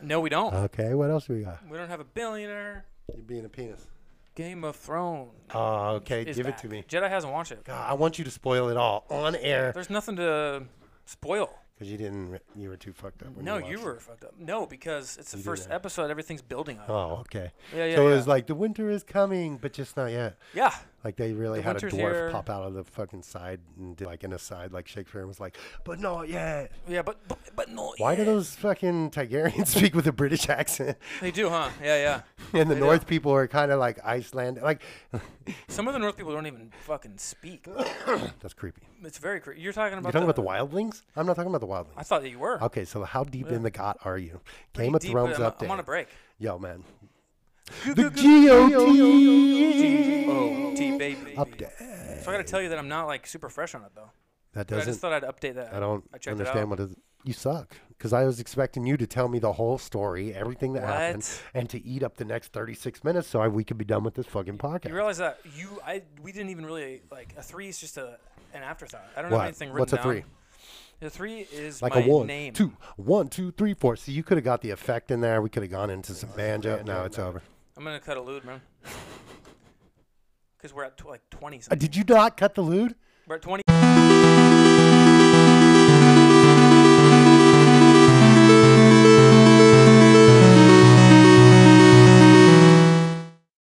[SPEAKER 2] No, we don't.
[SPEAKER 3] Okay. What else do we got?
[SPEAKER 2] we don't have a billionaire.
[SPEAKER 3] You being a penis.
[SPEAKER 2] Game of Thrones.
[SPEAKER 3] Oh, okay.
[SPEAKER 2] is
[SPEAKER 3] Give
[SPEAKER 2] back.
[SPEAKER 3] it to me.
[SPEAKER 2] Jedi hasn't watched it.
[SPEAKER 3] God, I want you to spoil it all on air
[SPEAKER 2] There's nothing to spoil.
[SPEAKER 3] because you didn't. re- You were too fucked up. When
[SPEAKER 2] no,
[SPEAKER 3] you,
[SPEAKER 2] you
[SPEAKER 3] watched
[SPEAKER 2] were fucked up. No, because it's the
[SPEAKER 3] You did
[SPEAKER 2] first
[SPEAKER 3] that.
[SPEAKER 2] episode. Everything's building
[SPEAKER 3] it.
[SPEAKER 2] up.
[SPEAKER 3] Oh, okay.
[SPEAKER 2] Yeah, yeah,
[SPEAKER 3] so
[SPEAKER 2] yeah.
[SPEAKER 3] it was like the winter is coming, but just not yet.
[SPEAKER 2] yeah.
[SPEAKER 3] Like they really
[SPEAKER 2] The
[SPEAKER 3] had a
[SPEAKER 2] winter's
[SPEAKER 3] dwarf
[SPEAKER 2] here.
[SPEAKER 3] pop out of the fucking side and did like an aside like Shakespeare and was like, but not yet.
[SPEAKER 2] Yeah, but but, but no.
[SPEAKER 3] Why do
[SPEAKER 2] yeah.
[SPEAKER 3] those fucking Tigerians *laughs* speak with a British accent? *laughs*
[SPEAKER 2] They do, huh? Yeah, yeah.
[SPEAKER 3] And the
[SPEAKER 2] They
[SPEAKER 3] North people are kind of like Iceland. Like, *laughs*
[SPEAKER 2] Some of the North people don't even fucking speak.
[SPEAKER 3] that's creepy.
[SPEAKER 2] It's very crazy. You're talking about
[SPEAKER 3] You're talking about the wildlings? I'm not talking about the
[SPEAKER 2] I
[SPEAKER 3] wildlings.
[SPEAKER 2] thought that you were.
[SPEAKER 3] Okay, so how deep in the gut are you? Game
[SPEAKER 2] Pretty
[SPEAKER 3] of
[SPEAKER 2] deep,
[SPEAKER 3] Thrones
[SPEAKER 2] but I'm,
[SPEAKER 3] update.
[SPEAKER 2] I'm on
[SPEAKER 3] *laughs*
[SPEAKER 2] a break.
[SPEAKER 3] Yo, man. The GOT
[SPEAKER 2] Oh, T baby.
[SPEAKER 3] update.
[SPEAKER 2] So I got to tell you that I'm not like super fresh on it though.
[SPEAKER 3] That
[SPEAKER 2] But I
[SPEAKER 3] doesn't.
[SPEAKER 2] just thought I'd update that.
[SPEAKER 3] I don't
[SPEAKER 2] I checked it out.
[SPEAKER 3] understand what it is. You suck. Because I was expecting you to tell me the whole story, everything that happened,
[SPEAKER 2] What?
[SPEAKER 3] and to eat up the next 36 minutes so I, we could be done with this fucking podcast.
[SPEAKER 2] You realize that you I we didn't even really like a three is just a an afterthought. I don't
[SPEAKER 3] What?
[SPEAKER 2] have anything written
[SPEAKER 3] What's a
[SPEAKER 2] down.
[SPEAKER 3] three?
[SPEAKER 2] The three is
[SPEAKER 3] like
[SPEAKER 2] my
[SPEAKER 3] a one,
[SPEAKER 2] name.
[SPEAKER 3] two, one, two, three, four. So you could have got the effect in there. We could have gone into some banjo. No, it's over.
[SPEAKER 2] I'm gonna cut a lewd, man. Because we're at tw- like 20.
[SPEAKER 3] Uh,
[SPEAKER 2] Something.
[SPEAKER 3] did you not cut the lewd?
[SPEAKER 2] We're at 20.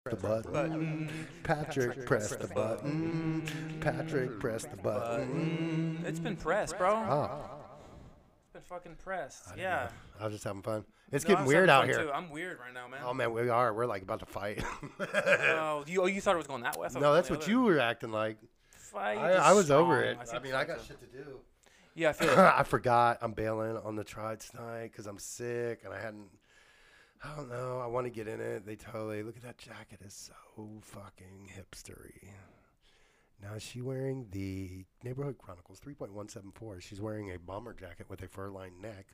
[SPEAKER 3] The button. Patrick, pressed the button. Patrick pressed the button.
[SPEAKER 2] It's
[SPEAKER 3] Mm.
[SPEAKER 2] been pressed, bro.
[SPEAKER 3] Oh,
[SPEAKER 2] It's been fucking pressed. Yeah.
[SPEAKER 3] I was just having fun. It's
[SPEAKER 2] No, I
[SPEAKER 3] getting
[SPEAKER 2] was
[SPEAKER 3] weird out
[SPEAKER 2] having fun,
[SPEAKER 3] here.
[SPEAKER 2] too. I'm weird right now, man.
[SPEAKER 3] Oh man, we are. We're like about to fight. *laughs*
[SPEAKER 2] oh, you, oh, you thought it was going that way? I thought it
[SPEAKER 3] no,
[SPEAKER 2] was
[SPEAKER 3] that's
[SPEAKER 2] going
[SPEAKER 3] what
[SPEAKER 2] the other-
[SPEAKER 3] you were acting like.
[SPEAKER 2] Fight
[SPEAKER 3] I,
[SPEAKER 2] is
[SPEAKER 3] I was over
[SPEAKER 2] strong.
[SPEAKER 3] it. I
[SPEAKER 2] think
[SPEAKER 3] mean, I
[SPEAKER 2] fight
[SPEAKER 3] got
[SPEAKER 2] is-
[SPEAKER 3] shit to do.
[SPEAKER 2] Yeah, I feel
[SPEAKER 3] *laughs*
[SPEAKER 2] it.
[SPEAKER 3] I forgot I'm bailing on the try tonight because I'm sick and I hadn't. I don't know. I want to get in it. They totally look at that jacket. It's so fucking hipstery. Now is she wearing the Neighborhood Chronicles 3.174? She's wearing a bomber jacket with a fur-lined neck,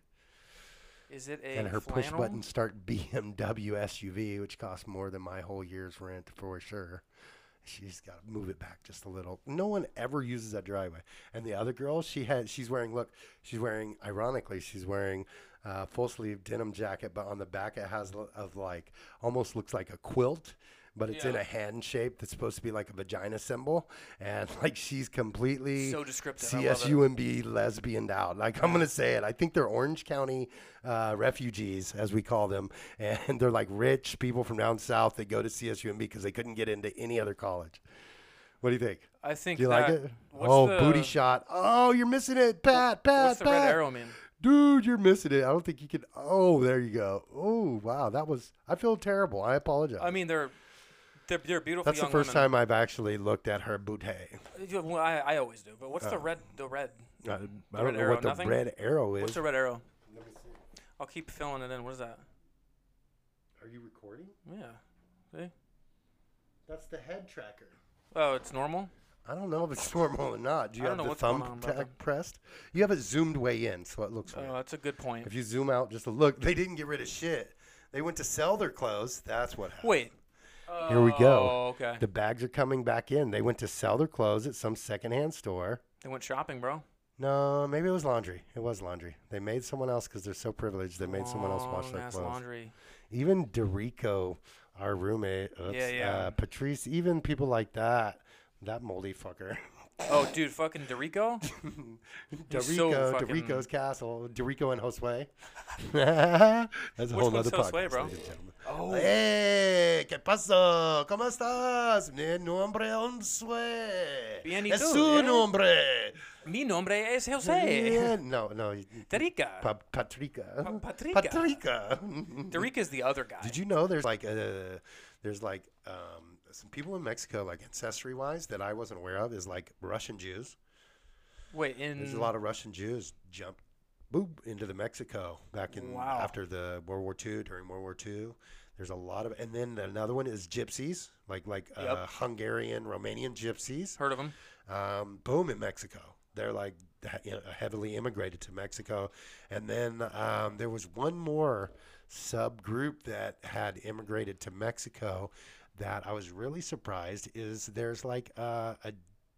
[SPEAKER 2] Is it a
[SPEAKER 3] and her
[SPEAKER 2] flannel?
[SPEAKER 3] push-button start *laughs* BMW SUV, which costs more than my whole year's rent for sure. She's got to move it back just a little. No one ever uses that driveway. And the other girl, she has, she's wearing. Look, she's wearing. Ironically, she's wearing uh, full sleeve denim jacket, but on the back it has l- of like almost looks like a quilt, but it's in
[SPEAKER 2] Yeah.
[SPEAKER 3] a hand shape that's supposed to be like a vagina symbol. And *laughs* like she's completely
[SPEAKER 2] So descriptive. I love it.
[SPEAKER 3] CSUMB lesbianed out. Like I'm gonna say it. I think they're Orange County uh, refugees, as we call them, *laughs* and they're like rich people from down south that go to CSUMB because they couldn't get into any other college. What do you think?
[SPEAKER 2] I think.
[SPEAKER 3] Do you
[SPEAKER 2] that,
[SPEAKER 3] like it?
[SPEAKER 2] What's
[SPEAKER 3] Oh,
[SPEAKER 2] the,
[SPEAKER 3] booty shot. Oh, you're missing it, Pat. Pat.
[SPEAKER 2] What's the
[SPEAKER 3] Pat
[SPEAKER 2] red arrow mean?
[SPEAKER 3] dude, you're missing it. I don't think you can. Oh, there you go. Oh, wow, that was. I feel terrible. I apologize.
[SPEAKER 2] I mean, they're they're, they're beautiful.
[SPEAKER 3] that's the
[SPEAKER 2] young
[SPEAKER 3] first
[SPEAKER 2] women.
[SPEAKER 3] time I've actually looked at her booty.
[SPEAKER 2] You- Well, I, I always do. But what's the red? The red.
[SPEAKER 3] Uh, I, I
[SPEAKER 2] red
[SPEAKER 3] don't know
[SPEAKER 2] arrow,
[SPEAKER 3] what the
[SPEAKER 2] nothing?
[SPEAKER 3] red arrow
[SPEAKER 2] What's
[SPEAKER 3] is.
[SPEAKER 2] the red arrow? I'll keep filling it in. What is that?
[SPEAKER 3] Are you recording?
[SPEAKER 2] Yeah.
[SPEAKER 3] That's the head tracker.
[SPEAKER 2] Oh, it's normal.
[SPEAKER 3] I don't know if it's *laughs* normal or not. Do you
[SPEAKER 2] I
[SPEAKER 3] have
[SPEAKER 2] don't know
[SPEAKER 3] the
[SPEAKER 2] what's going
[SPEAKER 3] thumb
[SPEAKER 2] on, brother.
[SPEAKER 3] tag pressed? You have it zoomed way in, so it looks weird.
[SPEAKER 2] Oh, that's a good point.
[SPEAKER 3] If you zoom out just a look, *laughs* they didn't get rid of shit. They went to sell their clothes. That's what happened.
[SPEAKER 2] Wait.
[SPEAKER 3] Here we go.
[SPEAKER 2] Oh, okay.
[SPEAKER 3] The bags are coming back in. They went to sell their clothes at some secondhand store.
[SPEAKER 2] They went shopping, bro.
[SPEAKER 3] No, maybe it was laundry. It was laundry. They made someone else because they're so privileged. They made someone else wash their
[SPEAKER 2] Long-ass
[SPEAKER 3] clothes.
[SPEAKER 2] Oh, laundry.
[SPEAKER 3] Even Dorico, our roommate, oops,
[SPEAKER 2] Yeah, yeah.
[SPEAKER 3] Uh, Patrice, even people like that, that moldy fucker. *laughs*
[SPEAKER 2] Oh, dude, fucking Dorico. He's so
[SPEAKER 3] Dorico,
[SPEAKER 2] fucking-
[SPEAKER 3] Dorico's castle, Dorico and Josue. *laughs* That's a
[SPEAKER 2] Which
[SPEAKER 3] whole
[SPEAKER 2] one's
[SPEAKER 3] nother
[SPEAKER 2] Josue,
[SPEAKER 3] podcast,
[SPEAKER 2] bro? Oh.
[SPEAKER 3] ladies and gentlemen. Hey, ¿qué pasó? ¿Cómo estás? Mi nombre es Josue.
[SPEAKER 2] Bien, ¿y
[SPEAKER 3] es
[SPEAKER 2] tú,
[SPEAKER 3] su
[SPEAKER 2] eh?
[SPEAKER 3] nombre.
[SPEAKER 2] Mi nombre es Jose.
[SPEAKER 3] Yeah, No, no. y-
[SPEAKER 2] Dorica.
[SPEAKER 3] Pa- Patrica.
[SPEAKER 2] Pa- Patrica.
[SPEAKER 3] Patrica.
[SPEAKER 2] Dorica's the other guy.
[SPEAKER 3] Did you know there's like uh there's like um, some people in Mexico like ancestry wise that I wasn't aware of is like Russian Jews.
[SPEAKER 2] Wait, in
[SPEAKER 3] There's a lot of Russian Jews jumped boop into the Mexico back in
[SPEAKER 2] Wow.
[SPEAKER 3] after the World War II during World War II. There's a lot of and then another one is gypsies like like uh,
[SPEAKER 2] Yep.
[SPEAKER 3] Hungarian Romanian gypsies.
[SPEAKER 2] heard of him?
[SPEAKER 3] Um, boom in Mexico. They're like he- heavily immigrated to Mexico, and then um, there was one more subgroup that had immigrated to Mexico that I was really surprised is there's like a, a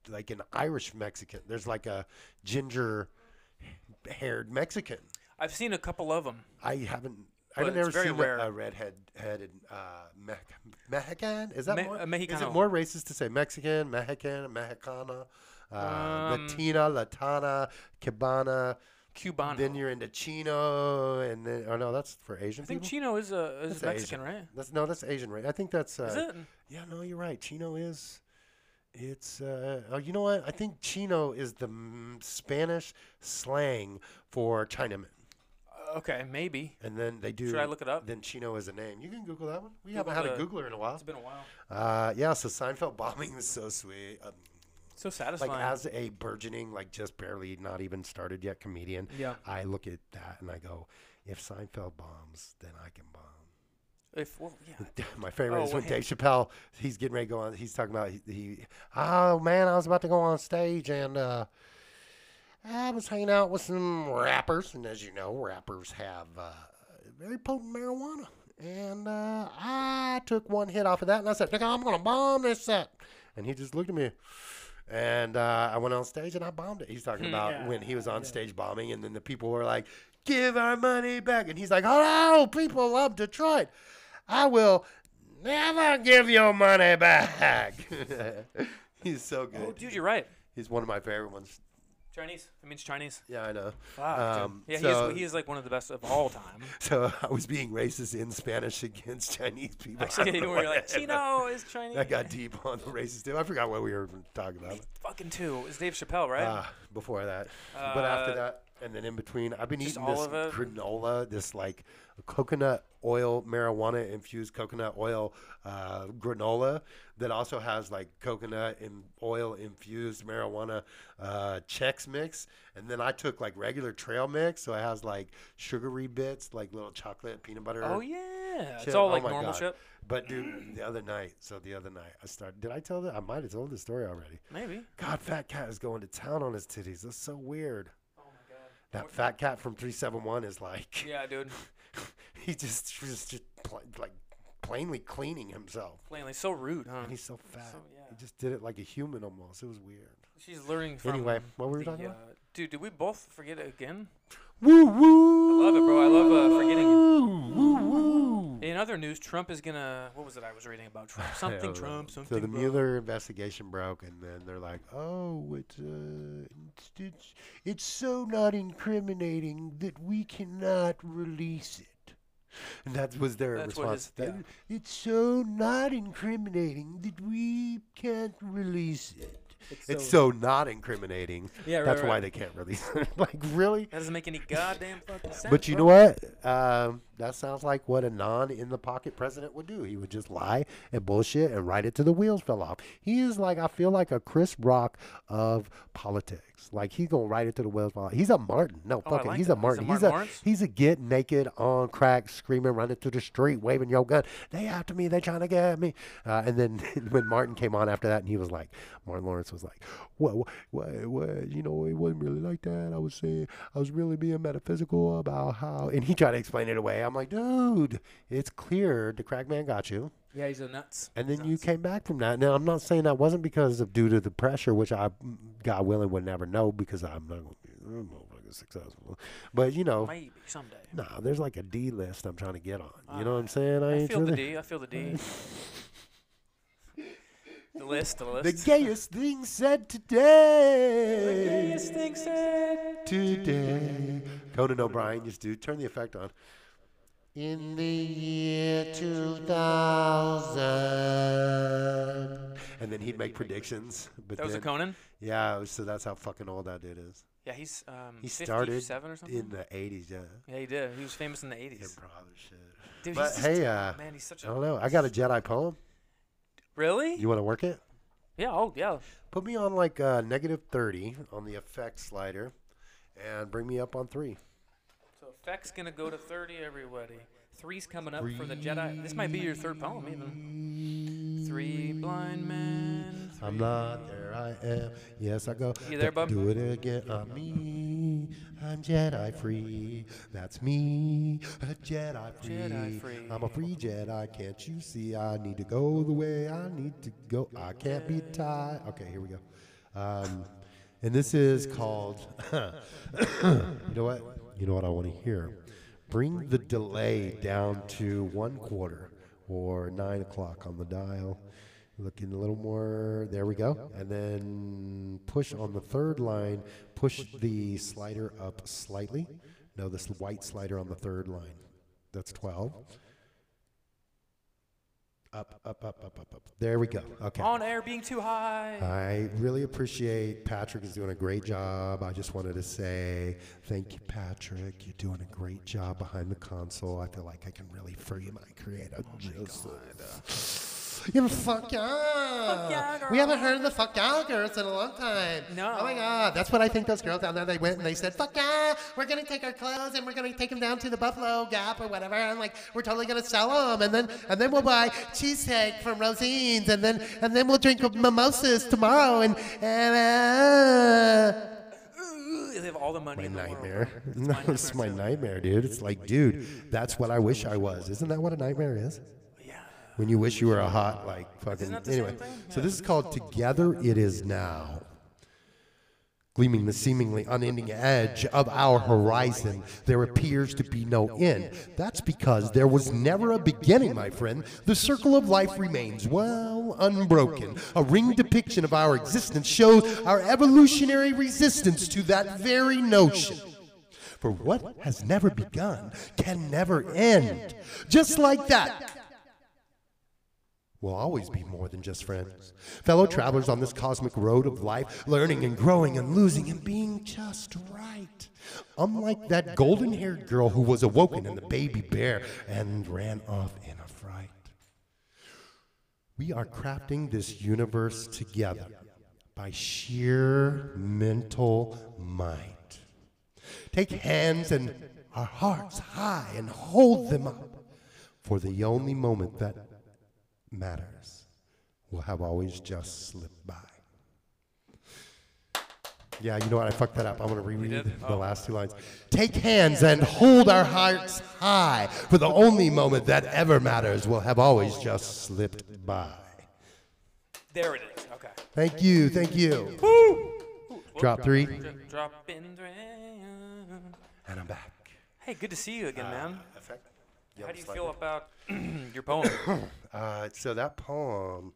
[SPEAKER 3] like an Irish Mexican. There's like a ginger haired Mexican.
[SPEAKER 2] I've seen a couple of them.
[SPEAKER 3] I haven't.
[SPEAKER 2] But
[SPEAKER 3] I've
[SPEAKER 2] it's
[SPEAKER 3] never
[SPEAKER 2] very
[SPEAKER 3] seen a-
[SPEAKER 2] rare.
[SPEAKER 3] a redhead-headed uh, Me- Mexican. Is that
[SPEAKER 2] Me-
[SPEAKER 3] more,
[SPEAKER 2] uh,
[SPEAKER 3] Is it
[SPEAKER 2] Mexicano.
[SPEAKER 3] more racist to say Mexican, Mexican, Mexicana, uh,
[SPEAKER 2] Um,
[SPEAKER 3] Latina, Latana, Cubana?
[SPEAKER 2] Cubano.
[SPEAKER 3] Then you're into Chino, and then oh no, that's for Asian
[SPEAKER 2] I think
[SPEAKER 3] people.
[SPEAKER 2] Chino is a is
[SPEAKER 3] That's
[SPEAKER 2] Mexican,
[SPEAKER 3] Asian.
[SPEAKER 2] right?
[SPEAKER 3] that's no, that's Asian, right? I think that's. Uh,
[SPEAKER 2] Is it?
[SPEAKER 3] Yeah, no, you're right. Chino is. It's. Uh, oh, you know what? I think Chino is the mm, Spanish slang for Chinaman.
[SPEAKER 2] Okay, maybe.
[SPEAKER 3] And then they do.
[SPEAKER 2] Should I look it up?
[SPEAKER 3] Then Chino is a name. You can Google that one. We
[SPEAKER 2] Google
[SPEAKER 3] haven't had
[SPEAKER 2] the-
[SPEAKER 3] a Googler in a while.
[SPEAKER 2] It's been a while.
[SPEAKER 3] Uh, yeah, so Seinfeld bombing was so sweet. Um,
[SPEAKER 2] So satisfying.
[SPEAKER 3] like as a burgeoning, like just barely not even started yet comedian,
[SPEAKER 4] Yeah.
[SPEAKER 3] I look at that and I go, if Seinfeld bombs, then I can bomb.
[SPEAKER 2] if well, yeah.
[SPEAKER 3] *laughs* My favorite
[SPEAKER 2] Oh,
[SPEAKER 3] is when
[SPEAKER 2] wait.
[SPEAKER 3] Dave Chappelle, he's getting ready to go on. He's talking about he, he oh man, I was about to go on stage and uh, I was hanging out with some rappers, and as you know, rappers have uh, very potent marijuana. And uh, I took one hit off of that, and I said, "Nigga, I'm gonna bomb this set." And he just looked at me, and uh, I went on stage and I bombed it. He's talking
[SPEAKER 2] Hmm,
[SPEAKER 3] about when he was on stage bombing, and then the people were like, "Give our money back," and he's like, "Hello, people of Detroit, I will." Never give your money back. *laughs* He's so good.
[SPEAKER 2] Oh, dude, you're right.
[SPEAKER 3] He's one of my favorite ones.
[SPEAKER 2] Chinese. It means Chinese.
[SPEAKER 3] Yeah, I know.
[SPEAKER 2] Wow.
[SPEAKER 3] Um,
[SPEAKER 2] yeah,
[SPEAKER 3] so,
[SPEAKER 2] he, is, he is like one of the best of
[SPEAKER 3] *laughs*
[SPEAKER 2] all time.
[SPEAKER 3] so I was being racist in Spanish against Chinese people. I
[SPEAKER 2] Actually,
[SPEAKER 3] don't
[SPEAKER 2] you
[SPEAKER 3] know
[SPEAKER 2] were
[SPEAKER 3] why *laughs*
[SPEAKER 2] like,
[SPEAKER 3] that-
[SPEAKER 2] Chino is Chinese.
[SPEAKER 3] That got deep on the racist too. I forgot what we were talking about
[SPEAKER 2] Fucking two. It's Dave Chappelle, right?
[SPEAKER 3] uh, *laughs* before that, but after
[SPEAKER 2] Uh,
[SPEAKER 3] that, and then in between, I've been
[SPEAKER 2] just
[SPEAKER 3] eating
[SPEAKER 2] all
[SPEAKER 3] this
[SPEAKER 2] of it?
[SPEAKER 3] granola, this like coconut oil, marijuana infused coconut oil uh, granola that also has like coconut and oil infused marijuana uh, Chex mix, and then I took like regular trail mix, so it has like sugary bits, like little chocolate peanut butter.
[SPEAKER 2] oh yeah.
[SPEAKER 3] shit.
[SPEAKER 2] It's all
[SPEAKER 3] Oh
[SPEAKER 2] like
[SPEAKER 3] my
[SPEAKER 2] normal
[SPEAKER 3] God.
[SPEAKER 2] shit.
[SPEAKER 3] But dude, the other night, so the other night, I started. Did I tell that? I might have told the story already.
[SPEAKER 2] Maybe.
[SPEAKER 3] God, Fat Cat is going to town on his titties. That's so weird.
[SPEAKER 2] Oh my god.
[SPEAKER 3] That fat cat from 371 is like,
[SPEAKER 2] Yeah, dude.
[SPEAKER 3] *laughs* he just, just, just pla like plainly cleaning himself.
[SPEAKER 2] Plainly so rude, huh?
[SPEAKER 3] And he's so fat.
[SPEAKER 2] So, yeah.
[SPEAKER 3] He just did it like a human almost. It was weird.
[SPEAKER 2] She's learning from.
[SPEAKER 3] anyway, what were we
[SPEAKER 2] the,
[SPEAKER 3] talking
[SPEAKER 2] uh,
[SPEAKER 3] about?
[SPEAKER 2] dude, did we both forget it again?
[SPEAKER 3] Woo woo!
[SPEAKER 2] I love it, bro. I love uh, forgetting. Mm. it.
[SPEAKER 3] Woo woo!
[SPEAKER 2] In other news, Trump is gonna. What was it I was
[SPEAKER 3] *laughs*
[SPEAKER 2] reading about Trump? Something Trump. Something.
[SPEAKER 3] So the
[SPEAKER 2] bro.
[SPEAKER 3] Mueller investigation broke, and then they're like, "Oh, it's uh, it's, it's it's so not incriminating that we cannot release it." And that was their
[SPEAKER 2] That's what
[SPEAKER 3] response.
[SPEAKER 2] his-
[SPEAKER 3] That- It's so not incriminating that we can't release it. It's so, not incriminating.
[SPEAKER 4] Yeah, right,
[SPEAKER 3] that's
[SPEAKER 4] right,
[SPEAKER 3] why
[SPEAKER 4] right.
[SPEAKER 3] they can't release it. *laughs* like really.
[SPEAKER 2] That doesn't make any goddamn fucking sense.
[SPEAKER 3] But you know
[SPEAKER 2] bro.
[SPEAKER 3] what? Um, that sounds like what a non in the pocket president would do. He would just lie and bullshit and write it till the wheels fell off. He is like I feel like a Chris Rock of politics. Like he's gonna write it to the wheels fall off. He's a Martin. No,
[SPEAKER 2] Oh, I
[SPEAKER 3] fuck it.
[SPEAKER 2] like
[SPEAKER 3] he's
[SPEAKER 2] that.
[SPEAKER 3] a
[SPEAKER 2] He's a
[SPEAKER 3] Martin. He's
[SPEAKER 2] Martin
[SPEAKER 3] a
[SPEAKER 2] Lawrence?
[SPEAKER 3] he's a get naked on crack, screaming, running through the street, waving your gun. They after me. They trying to get me. Uh, and then *laughs* when Martin came on after that, and he was like, Martin Lawrence was like, well, well, well, you know, it wasn't really like that. I was saying, I was really being metaphysical about how, and he tried to explain it away. I'm like, dude, it's clear the crack man got you.
[SPEAKER 4] Yeah, he's a nut.
[SPEAKER 2] Nuts.
[SPEAKER 3] And then you came back from that. Now I'm not saying that wasn't because of due to the pressure, which I, God willing, would never know because I'm not going to be I'm not fucking successful. But you know,
[SPEAKER 2] Maybe someday.
[SPEAKER 3] Nah, there's like a D list I'm trying to get on. You know what I'm saying? I,
[SPEAKER 2] Ah, I
[SPEAKER 3] ain't
[SPEAKER 2] feel the
[SPEAKER 3] really-
[SPEAKER 2] D. I feel the *laughs* D. the list. The list.
[SPEAKER 3] The gayest thing said today.
[SPEAKER 2] gayest thing said.
[SPEAKER 3] Today. Conan O'Brien, just do turn the effect on. In the year 2000. And then he'd make predictions. But
[SPEAKER 2] That was a
[SPEAKER 3] then,
[SPEAKER 2] Conan.
[SPEAKER 3] Yeah, so that's how fucking old that dude is.
[SPEAKER 2] Yeah, he's um.
[SPEAKER 3] He started
[SPEAKER 2] 57 or something.
[SPEAKER 3] in the 80s, yeah.
[SPEAKER 2] yeah, he did. He was famous in the 80s.
[SPEAKER 3] Improv and shit.
[SPEAKER 2] Dude,
[SPEAKER 3] But
[SPEAKER 2] he's just-
[SPEAKER 3] hey, uh,
[SPEAKER 2] man, he's such
[SPEAKER 3] I
[SPEAKER 2] a.
[SPEAKER 3] don't know. I got a Jedi poem.
[SPEAKER 2] Really?
[SPEAKER 3] You want to work it?
[SPEAKER 2] yeah. Oh, yeah.
[SPEAKER 3] Put me on like uh, negative 30 on the effect slider and bring me up on three.
[SPEAKER 2] So effect's gonna go to 30. Everybody. Three's coming up for the Jedi. This might be your third poem even. Three blind men.
[SPEAKER 3] I'm not there, I am. Yes, I go.
[SPEAKER 2] You there,
[SPEAKER 3] D-
[SPEAKER 2] bub?
[SPEAKER 3] Do it again. I'm me. me. I'm Jedi free. That's me. A Jedi free.
[SPEAKER 2] Jedi free.
[SPEAKER 3] I'm a free Jedi. Can't you see? I need to go the way I need to go. I can't be tied. Okay, here we go. Um, and this is called. *coughs* you know what? You know what I want to hear. Bring the delay down to one quarter or nine o'clock on the dial. Looking a little more. There we go. And then push on the third line. Push the slider up slightly. No, this white slider on the third line. That's twelve. Up, up, up, up, up, up. There we go. Okay.
[SPEAKER 2] On air being too high.
[SPEAKER 3] I really appreciate Patrick is doing a great job. I just wanted to say thank you, Patrick. You're doing a great job behind the console. I feel like I can really free my creative
[SPEAKER 2] Oh
[SPEAKER 3] juices. You know, fuck yeah.
[SPEAKER 2] Fuck yeah, girl.
[SPEAKER 3] We haven't heard the fuck yeah girls in a long time.
[SPEAKER 2] No.
[SPEAKER 3] Oh my god, that's what I think those girls down there. They went and they said, "Fuck yeah, we're gonna take our clothes and we're gonna take them down to the Buffalo Gap or whatever, and like we're totally gonna sell them, and then and then we'll buy cheesecake from Rosine's, and then and then we'll drink mimosas tomorrow, and and." Uh,
[SPEAKER 2] Ooh, they have all the money in the
[SPEAKER 3] my
[SPEAKER 2] world.
[SPEAKER 3] nightmare. *laughs* No, it's my nightmare, dude. It's like, dude, that's what I wish I was. Isn't that what a nightmare is?
[SPEAKER 2] Yeah.
[SPEAKER 3] When you wish you were a hot, like fucking.
[SPEAKER 2] that the same
[SPEAKER 3] Anyway,
[SPEAKER 2] thing?
[SPEAKER 3] so this is called "Together It Is Now." Gleaming the seemingly unending edge of our horizon, there appears to be no end. That's because there was never a beginning, my friend. The circle of life remains, well, unbroken. A ring depiction of our existence shows our evolutionary resistance to that very notion. For what has never begun can never end. Just like that. We'll always be more than just friends. Fellow travelers on this cosmic road of life, learning and growing and losing and being just right. Unlike that golden haired girl who was awoken in the baby bear and ran off in a fright. We are crafting this universe together by sheer mental might. Take hands and our hearts high and hold them up for the only moment that matters will have always just slipped by. Yeah, you know what? I fucked that up. I'm going to reread
[SPEAKER 2] Oh.
[SPEAKER 3] the last two lines. Take hands and hold our hearts high, for the only moment that ever matters will have always just slipped by.
[SPEAKER 2] There it is. Okay.
[SPEAKER 3] Thank you, thank you. Drop three.
[SPEAKER 2] Dr- Drop in. dra-
[SPEAKER 3] And I'm back.
[SPEAKER 2] Hey, good to see you
[SPEAKER 3] Uh,
[SPEAKER 2] again, man.
[SPEAKER 6] Yeah,
[SPEAKER 2] How do you
[SPEAKER 6] it's like-
[SPEAKER 2] feel about *coughs* your poem?
[SPEAKER 6] *coughs* Uh, so that poem,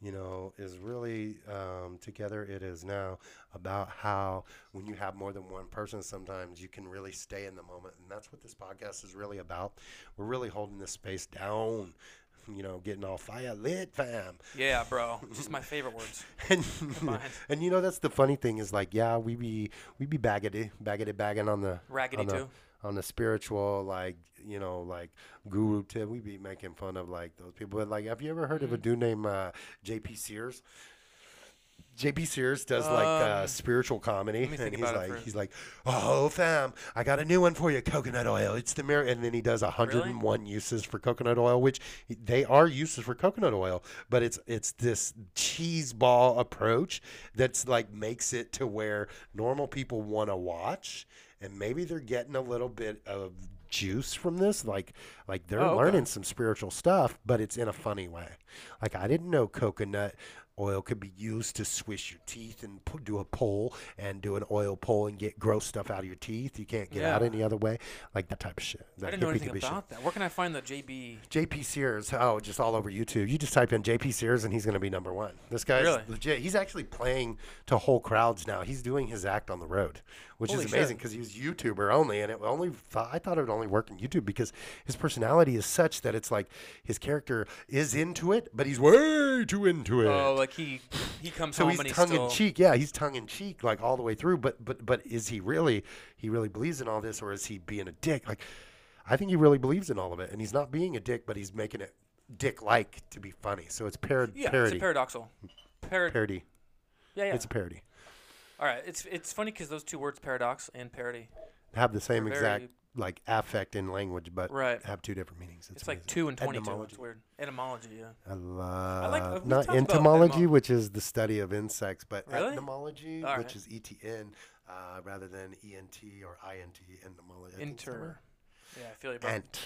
[SPEAKER 6] you know, is really um, together. It is now about how when you have more than one person, sometimes you can really stay in the moment, and that's what this podcast is really about. We're really holding this space down, you know, getting all fire lit, fam.
[SPEAKER 2] yeah, bro. Just my favorite words.
[SPEAKER 6] *laughs* and, and you know that's the funny thing is like yeah we be we be baggity baggity bagging on the
[SPEAKER 2] Raggedy
[SPEAKER 6] on the,
[SPEAKER 2] too.
[SPEAKER 6] on the spiritual like you know like guru tip we be making fun of like those people but like have you ever heard
[SPEAKER 2] Mm-hmm.
[SPEAKER 6] of a dude named uh, JP Sears JP Sears does like uh, spiritual comedy,
[SPEAKER 2] Um,
[SPEAKER 6] and
[SPEAKER 2] me think
[SPEAKER 6] he's
[SPEAKER 2] about it
[SPEAKER 6] like,
[SPEAKER 2] first.
[SPEAKER 6] he's like, "Oh, fam, I got a new one for you, coconut oil. It's the mirror." And then he does 101 uses for coconut oil, which they are uses for coconut oil, but it's it's this cheese ball approach that's like makes it to where normal people want to watch, and maybe they're getting a little bit of juice from this like like they're
[SPEAKER 2] Oh, okay.
[SPEAKER 6] learning some spiritual stuff but it's in a funny way like i didn't know coconut oil could be used to swish your teeth and pu- do a pull and do an oil pull and get gross stuff out of your teeth you can't get out
[SPEAKER 2] Yeah.
[SPEAKER 6] any other way like that type of shit
[SPEAKER 2] I
[SPEAKER 6] That
[SPEAKER 2] didn't know
[SPEAKER 6] hippie
[SPEAKER 2] anything
[SPEAKER 6] dippy shit.
[SPEAKER 2] about that. Where can I find the JB?
[SPEAKER 6] JP Sears, oh, just all over YouTube. You just type in JP Sears and he's going to be number one. This guy's
[SPEAKER 2] Really?
[SPEAKER 6] legit. He's actually playing to whole crowds now. He's doing his act on the road, which
[SPEAKER 2] Holy
[SPEAKER 6] is
[SPEAKER 2] shit.
[SPEAKER 6] amazing because he was YouTuber only, and it only th- I thought it would only work in YouTube because his personality is such that it's like his character is into it, but he's way too into it
[SPEAKER 2] Oh, like he he comes
[SPEAKER 6] so
[SPEAKER 2] home
[SPEAKER 6] he's
[SPEAKER 2] and he's
[SPEAKER 6] tongue
[SPEAKER 2] still.
[SPEAKER 6] in cheek. Yeah, he's tongue in cheek, like all the way through. But but but is he really? He really believes in all this, or is he being a dick? Like, I think he really believes in all of it, and he's not being a dick, but he's making it dick like to be funny. So it's parod-
[SPEAKER 2] Yeah,
[SPEAKER 6] parody,
[SPEAKER 2] it's a paradoxal. Parod-
[SPEAKER 6] parody.
[SPEAKER 2] yeah, yeah.
[SPEAKER 6] It's a parody.
[SPEAKER 2] All right, it's it's funny because those two words, paradox and parody,
[SPEAKER 6] Have the same
[SPEAKER 2] They're
[SPEAKER 6] exact
[SPEAKER 2] very-
[SPEAKER 6] like affect in language, but
[SPEAKER 2] Right.
[SPEAKER 6] have two different meanings. It's,
[SPEAKER 2] it's like
[SPEAKER 6] amazing.
[SPEAKER 2] two and twenty-two.
[SPEAKER 6] Etymology.
[SPEAKER 2] It's weird. Etymology, yeah.
[SPEAKER 6] I love
[SPEAKER 2] like- uh, we've talked
[SPEAKER 6] not
[SPEAKER 2] about
[SPEAKER 6] entomology,
[SPEAKER 2] etymol-
[SPEAKER 6] which is the study of insects, but
[SPEAKER 2] Really?
[SPEAKER 6] etymology,
[SPEAKER 2] All
[SPEAKER 6] which
[SPEAKER 2] right.
[SPEAKER 6] is ETN.
[SPEAKER 3] E uh, rather than ENT or INT entomology. I think it's the
[SPEAKER 2] Inter.
[SPEAKER 3] word.
[SPEAKER 2] Yeah, I feel you, bro.
[SPEAKER 3] Ant.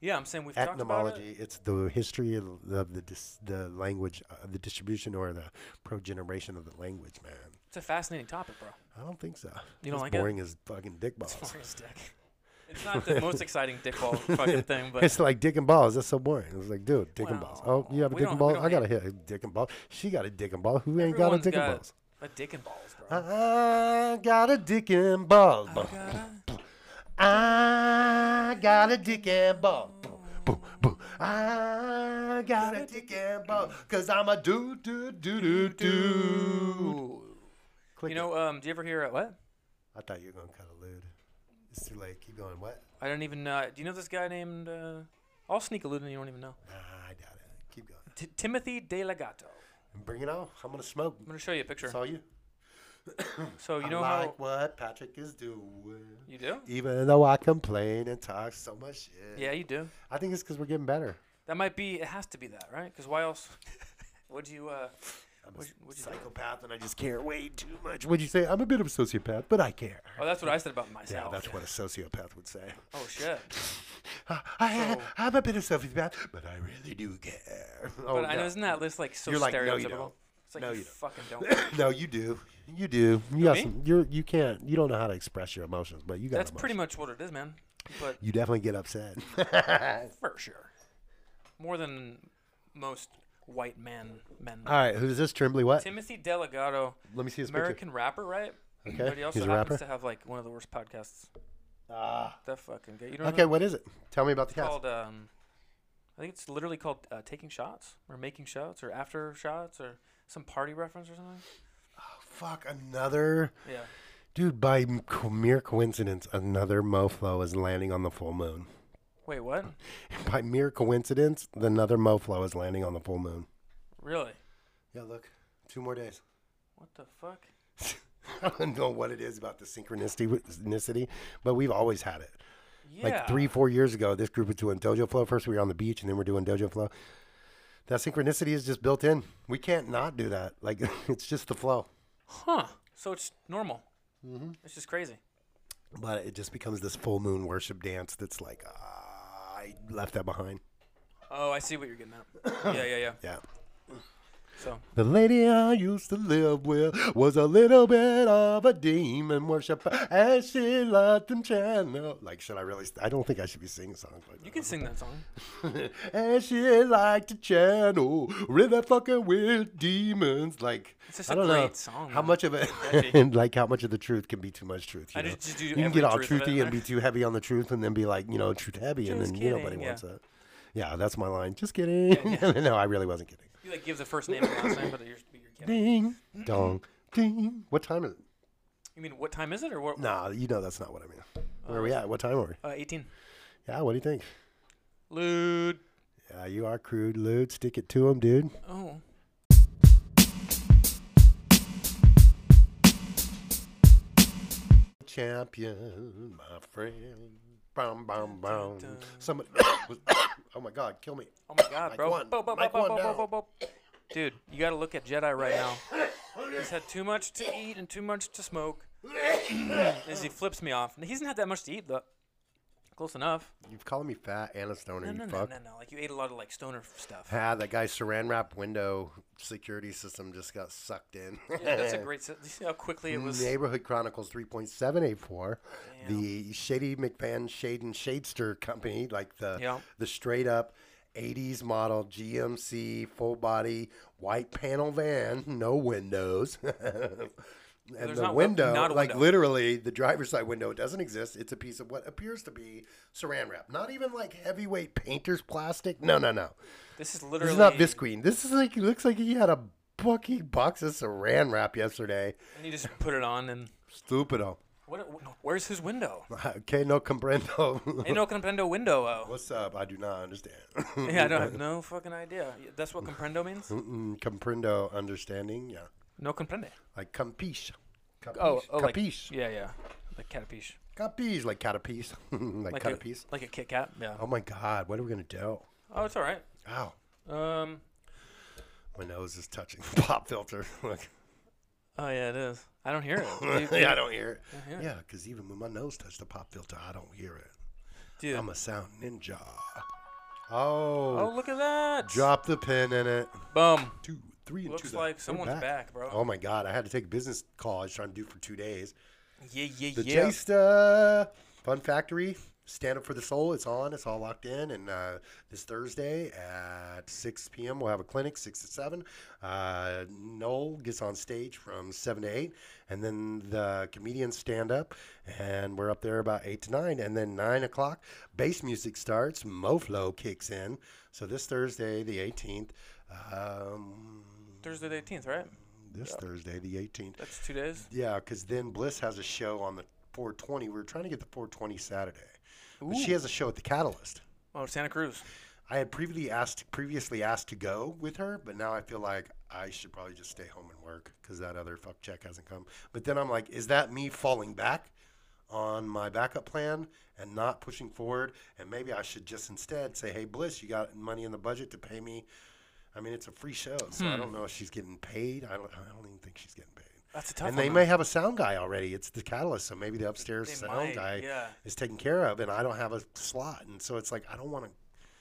[SPEAKER 2] yeah, I'm saying we've talked about it.
[SPEAKER 3] Etymology. It's the history of the of the, dis, the language, uh, the distribution or the progeneration of the language, man.
[SPEAKER 2] It's a fascinating topic, bro.
[SPEAKER 3] I don't think so.
[SPEAKER 2] You don't
[SPEAKER 3] It's
[SPEAKER 2] like it?
[SPEAKER 3] boring as fucking dick balls. *laughs*
[SPEAKER 2] *laughs* It's boring as dick.
[SPEAKER 6] *laughs*
[SPEAKER 2] It's not the most exciting dickball fucking thing, but
[SPEAKER 3] it's like dick and balls. That's so boring. It's like, dude, dick and balls. Oh, you have a
[SPEAKER 2] we
[SPEAKER 3] dick
[SPEAKER 2] don't-
[SPEAKER 3] and balls.
[SPEAKER 2] we don't
[SPEAKER 3] I got a hit dick and ball. She got a dick and ball. Who ain't got a
[SPEAKER 2] everyone's
[SPEAKER 3] dick
[SPEAKER 2] got
[SPEAKER 3] and balls?
[SPEAKER 2] a dick and balls, bro.
[SPEAKER 3] I got a dick and balls. Boom. I got a dick and ball. Boom, boom, boom. I got a dick and ball. Cause I'm a doo doo doo doo doo. Click
[SPEAKER 2] You
[SPEAKER 3] it.
[SPEAKER 2] know, um, do you ever hear uh, what?
[SPEAKER 3] I thought you were gonna cut a lid. It's too late. Keep going. What?
[SPEAKER 2] I don't even. Uh, do you know this guy named? Uh, I'll sneak a lewd and you don't even know.
[SPEAKER 3] Nah, I doubt it. Keep going.
[SPEAKER 2] T- Timothy De Legato.
[SPEAKER 3] Bring it on. I'm gonna smoke.
[SPEAKER 2] I'm gonna show you a picture.
[SPEAKER 3] Saw you.
[SPEAKER 2] So you
[SPEAKER 3] I
[SPEAKER 2] know
[SPEAKER 3] like
[SPEAKER 2] how
[SPEAKER 3] what Patrick is doing.
[SPEAKER 2] you do?
[SPEAKER 3] Even though I complain and talk so much shit.
[SPEAKER 2] Yeah, you do.
[SPEAKER 3] I think it's because we're getting better.
[SPEAKER 2] That might be. It has to be that, right? Because
[SPEAKER 3] *laughs*
[SPEAKER 2] why else? would you? Uh,
[SPEAKER 3] I'm a
[SPEAKER 2] What'd you- what'd you say?
[SPEAKER 3] psychopath and I just care way too much. Would you say I'm a bit of a sociopath, but I care?
[SPEAKER 2] oh, that's what I said about
[SPEAKER 3] Yeah,
[SPEAKER 2] myself.
[SPEAKER 3] that's what a sociopath would say.
[SPEAKER 2] Oh
[SPEAKER 3] *laughs*
[SPEAKER 2] shit.
[SPEAKER 3] I, I, I'm a bit of a sociopath, but I really do care. Oh,
[SPEAKER 2] but I know
[SPEAKER 3] no.
[SPEAKER 2] isn't that list like so
[SPEAKER 3] You're like, no, you
[SPEAKER 2] stereotypical?
[SPEAKER 3] don't.
[SPEAKER 2] It's like
[SPEAKER 3] No,
[SPEAKER 2] you,
[SPEAKER 3] you don't.
[SPEAKER 2] fucking
[SPEAKER 3] *coughs*
[SPEAKER 2] don't.
[SPEAKER 3] no, you do. You do. You got
[SPEAKER 2] me?
[SPEAKER 3] some. You're you can't. You don't know how to express your emotions, but you got.
[SPEAKER 2] that's
[SPEAKER 3] emotions.
[SPEAKER 2] pretty much what it is, man. But
[SPEAKER 3] You definitely get upset. *laughs*
[SPEAKER 2] for sure, more than most white man men.
[SPEAKER 3] All right, who's this? Trimbley? What?
[SPEAKER 2] Timothy Delgado,
[SPEAKER 3] Uh, Let me see his
[SPEAKER 2] American rapper, right?
[SPEAKER 3] picture.
[SPEAKER 2] But
[SPEAKER 3] Okay,
[SPEAKER 2] he also
[SPEAKER 3] he's a
[SPEAKER 2] happens
[SPEAKER 3] rapper.
[SPEAKER 2] to have like one of the worst podcasts.
[SPEAKER 3] Ah.
[SPEAKER 2] That fucking guy. You don't
[SPEAKER 3] okay,
[SPEAKER 2] know
[SPEAKER 3] what is it? Tell me about the
[SPEAKER 2] it's
[SPEAKER 3] cast.
[SPEAKER 2] called um, I think it's literally called uh, taking shots or making shots or after shots or some party reference or something.
[SPEAKER 3] Oh, Fuck another
[SPEAKER 2] Yeah.
[SPEAKER 3] dude. By m- co- mere coincidence, another moflo is landing on the full moon.
[SPEAKER 2] Wait, what?
[SPEAKER 3] By mere coincidence, another moflo is landing on the full moon.
[SPEAKER 2] Really?
[SPEAKER 3] Yeah, look, two more days. *laughs*
[SPEAKER 2] What the fuck?
[SPEAKER 3] I don't know what it is about the synchronicity, synchronicity, but we've always had it.
[SPEAKER 2] Yeah.
[SPEAKER 3] Like three, four years ago, this group was doing Dojo Flow. First, we were on the beach, and then we're doing Dojo Flow. That synchronicity is just built in. We can't not do that. Like *laughs* it's just the flow,
[SPEAKER 2] Huh. So it's normal. Mm-hmm. It's just crazy.
[SPEAKER 3] but it just becomes this full moon worship dance. That's like ah, I left that behind.
[SPEAKER 2] Oh, I see what you're getting at.
[SPEAKER 3] *coughs*
[SPEAKER 2] yeah, yeah, yeah.
[SPEAKER 3] Yeah.
[SPEAKER 2] So
[SPEAKER 3] The lady I used to live with was a little bit of a demon worshiper, and she loved them channel. Like, should I really? I don't think I should be singing songs like that.
[SPEAKER 2] you can sing that song.
[SPEAKER 3] *laughs* and she liked to channel really fucking weird demons. Like
[SPEAKER 2] It's just
[SPEAKER 3] I
[SPEAKER 2] a
[SPEAKER 3] don't know
[SPEAKER 2] great song,
[SPEAKER 3] how
[SPEAKER 2] man.
[SPEAKER 3] much of *laughs* it, and like how much of the truth can be too much truth. You,
[SPEAKER 2] I
[SPEAKER 3] know?
[SPEAKER 2] just- just do
[SPEAKER 3] you can
[SPEAKER 2] every
[SPEAKER 3] get all
[SPEAKER 2] truth of it
[SPEAKER 3] truthy
[SPEAKER 2] in
[SPEAKER 3] and be
[SPEAKER 2] there.
[SPEAKER 3] too heavy on the truth, and then be like you know truth heavy, and
[SPEAKER 2] Just
[SPEAKER 3] then you nobody
[SPEAKER 2] kidding, yeah.
[SPEAKER 3] wants that. Yeah, that's my line. Just kidding. *laughs* no, I really wasn't kidding.
[SPEAKER 2] You like give the first name and last name, but you're, but you're
[SPEAKER 3] *coughs*
[SPEAKER 2] kidding.
[SPEAKER 3] Ding dong ding. What time is it?
[SPEAKER 2] You mean what time is it or what?
[SPEAKER 3] Nah, you know that's not what I mean. Where are we at? What time are we?
[SPEAKER 2] Uh, 18.
[SPEAKER 3] Yeah, what do you think?
[SPEAKER 2] Lude.
[SPEAKER 3] Yeah, you are crude, lewd. Stick it to 'em, dude.
[SPEAKER 2] Oh.
[SPEAKER 3] champion, my friend. Bum, bum, bum.
[SPEAKER 2] dun.
[SPEAKER 3] Somebody *coughs* was, oh my God, kill me.
[SPEAKER 2] Oh my god,
[SPEAKER 3] Mic
[SPEAKER 2] bro.
[SPEAKER 3] one.
[SPEAKER 2] Bo- bo- bo-
[SPEAKER 3] Mic
[SPEAKER 2] bo-
[SPEAKER 3] one
[SPEAKER 2] bo-
[SPEAKER 3] down.
[SPEAKER 2] bo- bo- bo- Dude, you gotta look at Jedi right now. He's had too much to eat and too much to smoke. As he flips me off. He hasn't had that much to eat, though. Close enough.
[SPEAKER 3] You've called me fat and a stoner,
[SPEAKER 2] No,
[SPEAKER 3] you
[SPEAKER 2] no, no,
[SPEAKER 3] fuck.
[SPEAKER 2] no, no. Like, you ate a lot of, like, stoner stuff.
[SPEAKER 3] Ah, that guy's saran wrap window security system just got sucked in.
[SPEAKER 2] Yeah, that's a
[SPEAKER 3] *laughs*
[SPEAKER 2] great. se- You see how quickly it was.
[SPEAKER 3] Neighborhood Chronicles 3.784, the Shady McFan Shade and Shadester company, like the
[SPEAKER 2] Yeah.
[SPEAKER 3] the straight up 80s model GMC full body white panel van, no windows. *laughs* And
[SPEAKER 2] there's
[SPEAKER 3] the
[SPEAKER 2] not win-
[SPEAKER 3] window,
[SPEAKER 2] not a
[SPEAKER 3] like
[SPEAKER 2] window.
[SPEAKER 3] literally, the driver's side window doesn't exist. It's a piece of what appears to be saran wrap. Not even like heavyweight painter's plastic. No, no, no.
[SPEAKER 2] This is
[SPEAKER 3] This
[SPEAKER 2] literally.
[SPEAKER 3] is not Visqueen. This is like, it looks like he had a bucky box of saran wrap yesterday.
[SPEAKER 2] And you just put it on and.
[SPEAKER 3] Stupido.
[SPEAKER 2] What? Where's his window?
[SPEAKER 3] *laughs* Okay, no comprendo. *laughs*
[SPEAKER 2] *laughs* Ain't no comprendo window. oh.
[SPEAKER 3] What's up? I do not understand. *laughs*
[SPEAKER 2] Yeah, I don't have no fucking idea. Y- That's what comprendo means?
[SPEAKER 3] Mm, comprendo, understanding. Yeah,
[SPEAKER 2] No comprende.
[SPEAKER 3] like compiche. Capiche.
[SPEAKER 2] Oh, oh like,
[SPEAKER 3] capiche.
[SPEAKER 2] Yeah, yeah. Like catapiche.
[SPEAKER 3] Capiche, like catapiece. *laughs* like,
[SPEAKER 2] Like a,
[SPEAKER 3] catapiece.
[SPEAKER 2] like a Kit Kat. Yeah.
[SPEAKER 3] Oh my God, what are we gonna do?
[SPEAKER 2] Oh, it's all right.
[SPEAKER 3] Ow,
[SPEAKER 2] Um.
[SPEAKER 3] *laughs* my nose is touching the pop filter. Look,
[SPEAKER 2] Oh yeah, it is. I don't hear
[SPEAKER 3] *laughs*
[SPEAKER 2] it.
[SPEAKER 3] yeah, I don't hear it.
[SPEAKER 2] I hear it.
[SPEAKER 3] Yeah, because even when my nose touched the pop filter, I don't hear it.
[SPEAKER 2] Dude.
[SPEAKER 3] I'm a sound ninja. Oh,
[SPEAKER 2] oh, look at that.
[SPEAKER 3] drop the pin in it.
[SPEAKER 2] Boom.
[SPEAKER 3] Two, three, and two.
[SPEAKER 2] Looks
[SPEAKER 3] though.
[SPEAKER 2] like
[SPEAKER 3] We're
[SPEAKER 2] someone's back, bro.
[SPEAKER 3] Oh my god, I had to take a business call. I was trying to do for two days.
[SPEAKER 2] Yeah, yeah,
[SPEAKER 3] The
[SPEAKER 2] yeah.
[SPEAKER 3] Jasta Fun Factory. Stand up for the soul. It's on. It's all locked in. And uh, this Thursday at 6 p.m. we'll have a clinic, six to seven. Uh, Noel gets on stage from seven to eight, and then the comedians stand up, and we're up there about eight to nine. And then nine o'clock, bass music starts. MoFlo kicks in. So this Thursday, the 18th. Um,
[SPEAKER 2] Thursday the 18th, right?
[SPEAKER 3] this Thursday, the 18th.
[SPEAKER 2] That's two days.
[SPEAKER 3] Yeah, because then Bliss has a show on the 420. We were trying to get the 420 Saturday. But she has a show at the Catalyst.
[SPEAKER 2] Oh, Santa Cruz.
[SPEAKER 3] I had previously asked previously asked to go with her, but now I feel like I should probably just stay home and work because that other fuck check hasn't come. But then I'm like, is that me falling back on my backup plan and not pushing forward? And maybe I should just instead say, hey Bliss, you got money in the budget to pay me. I mean, it's a free show, so I don't know if she's getting paid. I don't. I don't even think she's getting paid
[SPEAKER 2] That's a tough
[SPEAKER 3] and
[SPEAKER 2] one.
[SPEAKER 3] they
[SPEAKER 2] though.
[SPEAKER 3] may have a sound guy already. It's the catalyst, so maybe the upstairs
[SPEAKER 2] They
[SPEAKER 3] sound
[SPEAKER 2] might,
[SPEAKER 3] guy
[SPEAKER 2] yeah.
[SPEAKER 3] is taken care of, and I don't have a slot, and so it's like I don't want to.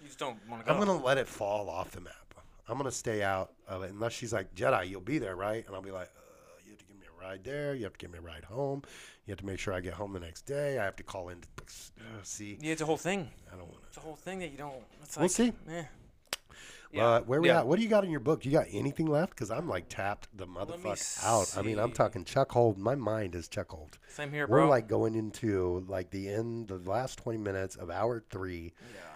[SPEAKER 2] You just don't want to
[SPEAKER 3] I'm
[SPEAKER 2] go.
[SPEAKER 3] gonna let it fall off the map. I'm gonna stay out of it unless she's like Jedi, you'll be there, right? And I'll be like, uh, you have to give me a ride there. You have to give me a ride home. You have to make sure I get home the next day. I have to call in. To, uh, see,
[SPEAKER 2] yeah, it's a whole thing.
[SPEAKER 3] I don't want to.
[SPEAKER 2] It's a whole thing that you don't. It's like,
[SPEAKER 3] We'll see.
[SPEAKER 2] Eh.
[SPEAKER 3] But where we
[SPEAKER 2] Yeah.
[SPEAKER 3] at? What do you got in your book? You got anything left? Because I'm like tapped the
[SPEAKER 2] me
[SPEAKER 3] motherfucker out. I mean, I'm
[SPEAKER 2] see.
[SPEAKER 3] talking Chuck Hold. My mind is Chuck Hold.
[SPEAKER 2] Same here,
[SPEAKER 3] We're
[SPEAKER 2] bro.
[SPEAKER 3] like going into like the end, the last 20 minutes of hour three.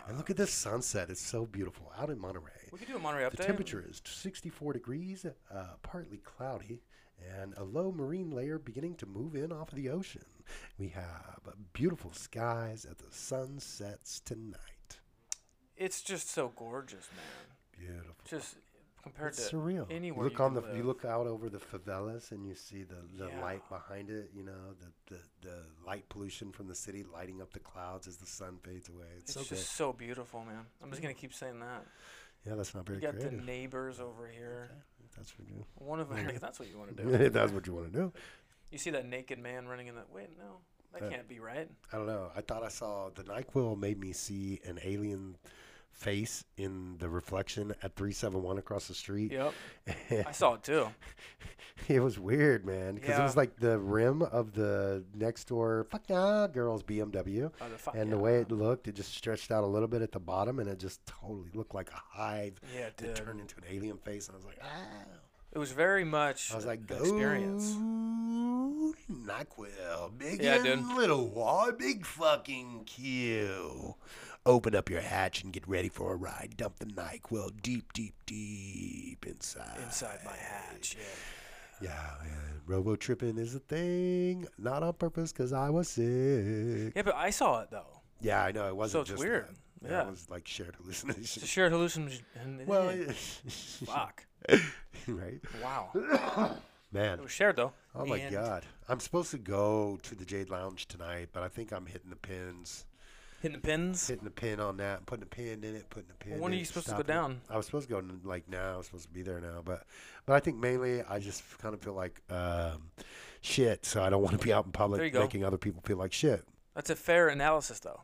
[SPEAKER 3] And look at this sunset. It's so beautiful out in Monterey.
[SPEAKER 2] we could do a Monterey update.
[SPEAKER 3] The temperature is 64 degrees, uh, partly cloudy, and a low marine layer beginning to move in off of the ocean. We have beautiful skies as the sun sets tonight.
[SPEAKER 2] It's just so gorgeous, man.
[SPEAKER 3] Beautiful.
[SPEAKER 2] Just compared
[SPEAKER 3] It's
[SPEAKER 2] to
[SPEAKER 3] surreal. You
[SPEAKER 2] anywhere
[SPEAKER 3] look
[SPEAKER 2] you
[SPEAKER 3] on the
[SPEAKER 2] can
[SPEAKER 3] you
[SPEAKER 2] live.
[SPEAKER 3] look out over the favelas and you see the, the
[SPEAKER 2] Yeah.
[SPEAKER 3] light behind it. You know the, the the light pollution from the city lighting up the clouds as the sun fades away. It's,
[SPEAKER 2] It's
[SPEAKER 3] so
[SPEAKER 2] just so beautiful, man. I'm just gonna keep saying that.
[SPEAKER 3] good. Yeah, that's not very
[SPEAKER 2] You got the
[SPEAKER 3] creative.
[SPEAKER 2] neighbors over here.
[SPEAKER 3] If That's what
[SPEAKER 2] *laughs*
[SPEAKER 3] you
[SPEAKER 2] One of them. That's what you want to
[SPEAKER 3] do. *laughs*
[SPEAKER 2] do.
[SPEAKER 3] If that's what you want to do.
[SPEAKER 2] You see that naked man running in that? Wait, no, that
[SPEAKER 3] Uh,
[SPEAKER 2] can't be right.
[SPEAKER 3] I don't know. I thought I saw the Nyquil made me see an alien face in the reflection at 371 across the street. *laughs*
[SPEAKER 2] Yep, I saw it too.
[SPEAKER 3] It was weird, man, because it was
[SPEAKER 2] Yeah.
[SPEAKER 3] like the rim of the next door fuck yeah girl's BMW.
[SPEAKER 2] Oh, the fuck
[SPEAKER 3] and the
[SPEAKER 2] yeah.
[SPEAKER 3] way it looked, it just stretched out a little bit at the bottom, and it just totally looked like a hive
[SPEAKER 2] Yeah, it
[SPEAKER 3] that
[SPEAKER 2] did.
[SPEAKER 3] turned into an alien face. And I was like, ah.
[SPEAKER 2] It was very much
[SPEAKER 3] I was like, go
[SPEAKER 2] experience.
[SPEAKER 3] Nyquil, big
[SPEAKER 2] Yeah,
[SPEAKER 3] and
[SPEAKER 2] dude.
[SPEAKER 3] little Y, big fucking Q. Open up your hatch and get ready for a ride. Dump the Nyquil deep, deep, deep inside.
[SPEAKER 2] inside my hatch. Yeah.
[SPEAKER 3] Yeah, man. Robo tripping is a thing, not on purpose, cause I was sick.
[SPEAKER 2] yeah, but I saw it though.
[SPEAKER 3] Yeah, I know it wasn't.
[SPEAKER 2] So it's
[SPEAKER 3] just
[SPEAKER 2] weird.
[SPEAKER 3] that.
[SPEAKER 2] Yeah.
[SPEAKER 3] it was like shared
[SPEAKER 2] It's
[SPEAKER 3] hallucination.
[SPEAKER 2] a shared hallucination.
[SPEAKER 3] *laughs*
[SPEAKER 2] and-
[SPEAKER 3] Well,
[SPEAKER 2] eh,
[SPEAKER 3] it-
[SPEAKER 2] fuck.
[SPEAKER 3] *laughs* right, *laughs*
[SPEAKER 2] Wow.
[SPEAKER 3] man.
[SPEAKER 2] It was shared though.
[SPEAKER 3] Oh my
[SPEAKER 2] And
[SPEAKER 3] god, I'm supposed to go to the Jade Lounge tonight, but I think I'm hitting the pins,
[SPEAKER 2] Hitting the pins.
[SPEAKER 3] hitting the pin on that, putting a pin in it, putting a pin.
[SPEAKER 2] when
[SPEAKER 3] in
[SPEAKER 2] are you
[SPEAKER 3] it,
[SPEAKER 2] supposed to go
[SPEAKER 3] stopping it.
[SPEAKER 2] down?
[SPEAKER 3] I was supposed to go n- like now. I was supposed to be there now, but but I think mainly I just kind of feel like um, shit, so I don't want to be out in
[SPEAKER 2] There you
[SPEAKER 3] public
[SPEAKER 2] go.
[SPEAKER 3] making other people feel like shit.
[SPEAKER 2] That's a fair analysis though.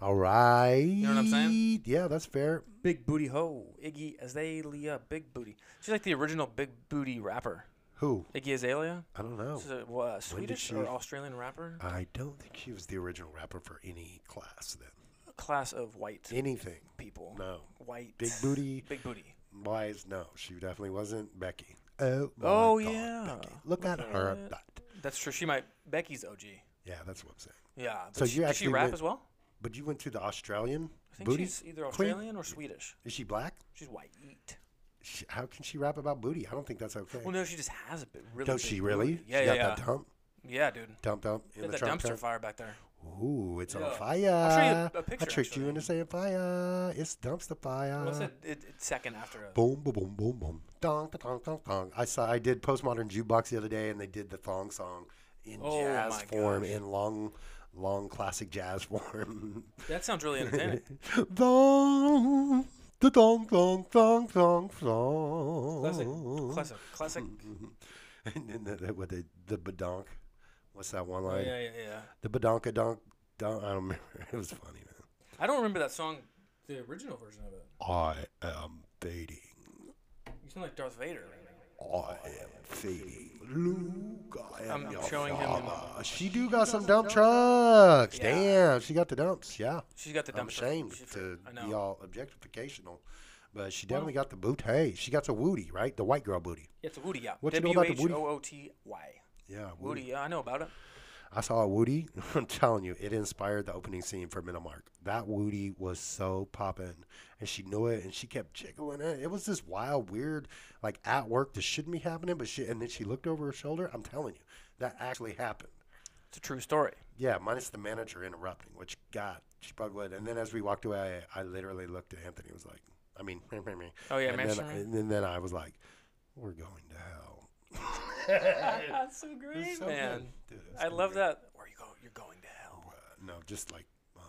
[SPEAKER 3] All right. You
[SPEAKER 2] know what I'm saying?
[SPEAKER 3] Yeah, that's fair.
[SPEAKER 2] Big booty ho, Iggy Azalea, big booty. She's like the original big booty rapper.
[SPEAKER 3] Who?
[SPEAKER 2] Iggy Azalea.
[SPEAKER 3] I don't know.
[SPEAKER 2] She's a what, a
[SPEAKER 3] When did
[SPEAKER 2] Swedish or
[SPEAKER 3] she-
[SPEAKER 2] Australian rapper.
[SPEAKER 3] I don't think she was the original rapper for any class then.
[SPEAKER 2] Class of white
[SPEAKER 3] Anything.
[SPEAKER 2] people.
[SPEAKER 3] No.
[SPEAKER 2] White.
[SPEAKER 3] Big booty
[SPEAKER 2] Big booty.
[SPEAKER 3] wise. No, she definitely wasn't Becky. Oh, my
[SPEAKER 2] Oh,
[SPEAKER 3] God,
[SPEAKER 2] yeah.
[SPEAKER 3] Becky. Look at her. butt.
[SPEAKER 2] That's true. She might. Becky's OG.
[SPEAKER 3] Yeah, that's what I'm saying.
[SPEAKER 2] Yeah. But
[SPEAKER 3] So
[SPEAKER 2] she,
[SPEAKER 3] you
[SPEAKER 2] does
[SPEAKER 3] actually
[SPEAKER 2] she rap
[SPEAKER 3] went-
[SPEAKER 2] as well?
[SPEAKER 3] But you went to the Australian
[SPEAKER 2] I think
[SPEAKER 3] booty.
[SPEAKER 2] she's either
[SPEAKER 3] queen?
[SPEAKER 2] Australian or Swedish.
[SPEAKER 3] Is she black?
[SPEAKER 2] She's white. Eat.
[SPEAKER 3] She, how can she rap about booty? I don't think that's okay.
[SPEAKER 2] Well, no, she just has a bit. Really
[SPEAKER 3] Does
[SPEAKER 2] big
[SPEAKER 3] she really?
[SPEAKER 2] booty. Yeah,
[SPEAKER 3] she
[SPEAKER 2] yeah,
[SPEAKER 3] got
[SPEAKER 2] yeah.
[SPEAKER 3] that dump,
[SPEAKER 2] yeah, dude.
[SPEAKER 3] dump, dump in
[SPEAKER 2] Got
[SPEAKER 3] the
[SPEAKER 2] that
[SPEAKER 3] trunk.
[SPEAKER 2] dumpster
[SPEAKER 3] trunk.
[SPEAKER 2] fire back there.
[SPEAKER 3] Ooh, it's on
[SPEAKER 2] Yeah.
[SPEAKER 3] fire.
[SPEAKER 2] I'll show you a- a
[SPEAKER 3] I
[SPEAKER 2] picture,
[SPEAKER 3] tricked you
[SPEAKER 2] actually.
[SPEAKER 3] into saying fire. It's dumpster fire.
[SPEAKER 2] What's it, it, it's second after? A,
[SPEAKER 3] Boom, boom, boom, boom, boom. Dong, da, dong, dong, dong. I saw. I did postmodern jukebox the other day, and they did the thong song in
[SPEAKER 2] Oh
[SPEAKER 3] jazz
[SPEAKER 2] my
[SPEAKER 3] form,
[SPEAKER 2] gosh.
[SPEAKER 3] in long, long classic jazz form. *laughs*
[SPEAKER 2] that sounds really entertaining.
[SPEAKER 3] dong, da, dong, dong, dong, dong,
[SPEAKER 2] Classic,
[SPEAKER 3] dong.
[SPEAKER 2] classic, classic.
[SPEAKER 3] *laughs* and then the, the, with the, the badonk. What's that one
[SPEAKER 2] Oh,
[SPEAKER 3] line?
[SPEAKER 2] yeah, yeah, yeah.
[SPEAKER 3] The badonka donk. Don, I don't remember. *laughs* It was funny, man.
[SPEAKER 2] I don't remember that song, the original version of it.
[SPEAKER 3] I am fading.
[SPEAKER 2] You sound like Darth Vader.
[SPEAKER 3] I am fading. Luke, I am
[SPEAKER 2] I'm
[SPEAKER 3] your
[SPEAKER 2] showing him-
[SPEAKER 3] father. She do got some dump trucks.
[SPEAKER 2] Yeah.
[SPEAKER 3] Damn, she got the dumps. Yeah.
[SPEAKER 2] She's got the dumb
[SPEAKER 3] I'm ashamed
[SPEAKER 2] She,
[SPEAKER 3] to
[SPEAKER 2] I
[SPEAKER 3] be
[SPEAKER 2] know.
[SPEAKER 3] all objectificational, but she definitely got the boot. Hey, she got the Woody, right? The white girl booty.
[SPEAKER 2] Yeah, it's a Woody, yeah.
[SPEAKER 3] What you know
[SPEAKER 2] W
[SPEAKER 3] about the
[SPEAKER 2] H
[SPEAKER 3] Woody?
[SPEAKER 2] O O T Y.
[SPEAKER 3] Yeah, Woody.
[SPEAKER 2] Woody, yeah, I know about it.
[SPEAKER 3] I saw a Woody. *laughs* I'm telling you, it inspired the opening scene for Middlemark. That Woody was so poppin', and she knew it, and she kept jiggling it. It was this wild, weird, like at work that shouldn't be happening, but she. And then she looked over her shoulder. I'm telling you, that actually happened.
[SPEAKER 2] It's a true story.
[SPEAKER 3] Yeah, minus the manager interrupting, which God, she probably would. And then as we walked away, I, I literally looked at Anthony. Was like, I mean, *laughs*
[SPEAKER 2] Oh, yeah,
[SPEAKER 3] and
[SPEAKER 2] manager.
[SPEAKER 3] Then, and then, then I was like, we're going to hell.
[SPEAKER 2] That's so great,
[SPEAKER 3] It's so good.
[SPEAKER 2] man.
[SPEAKER 3] Dude, it's
[SPEAKER 2] I
[SPEAKER 3] so
[SPEAKER 2] love
[SPEAKER 3] good.
[SPEAKER 2] that. Where you go, you're going to hell.
[SPEAKER 3] Uh, no, just like, oh,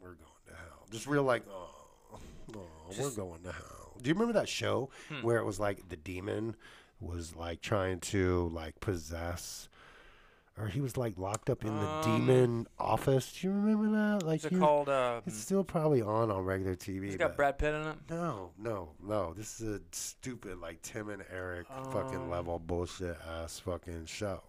[SPEAKER 3] we're going to hell. Just real like, oh, oh, we're going to hell. Do you remember that show
[SPEAKER 2] Hmm.
[SPEAKER 3] where it was like the demon was like trying to like possess, or he was like locked up in the demon office? Do you remember that? Like
[SPEAKER 2] Is Um, it
[SPEAKER 3] he-
[SPEAKER 2] called? Uh,
[SPEAKER 3] It's still probably on on regular TV.
[SPEAKER 2] it's got
[SPEAKER 3] but-
[SPEAKER 2] Brad Pitt in it.
[SPEAKER 3] no, no, no. This is a stupid like Tim and Eric
[SPEAKER 2] Um.
[SPEAKER 3] fucking level bullshit ass fucking show.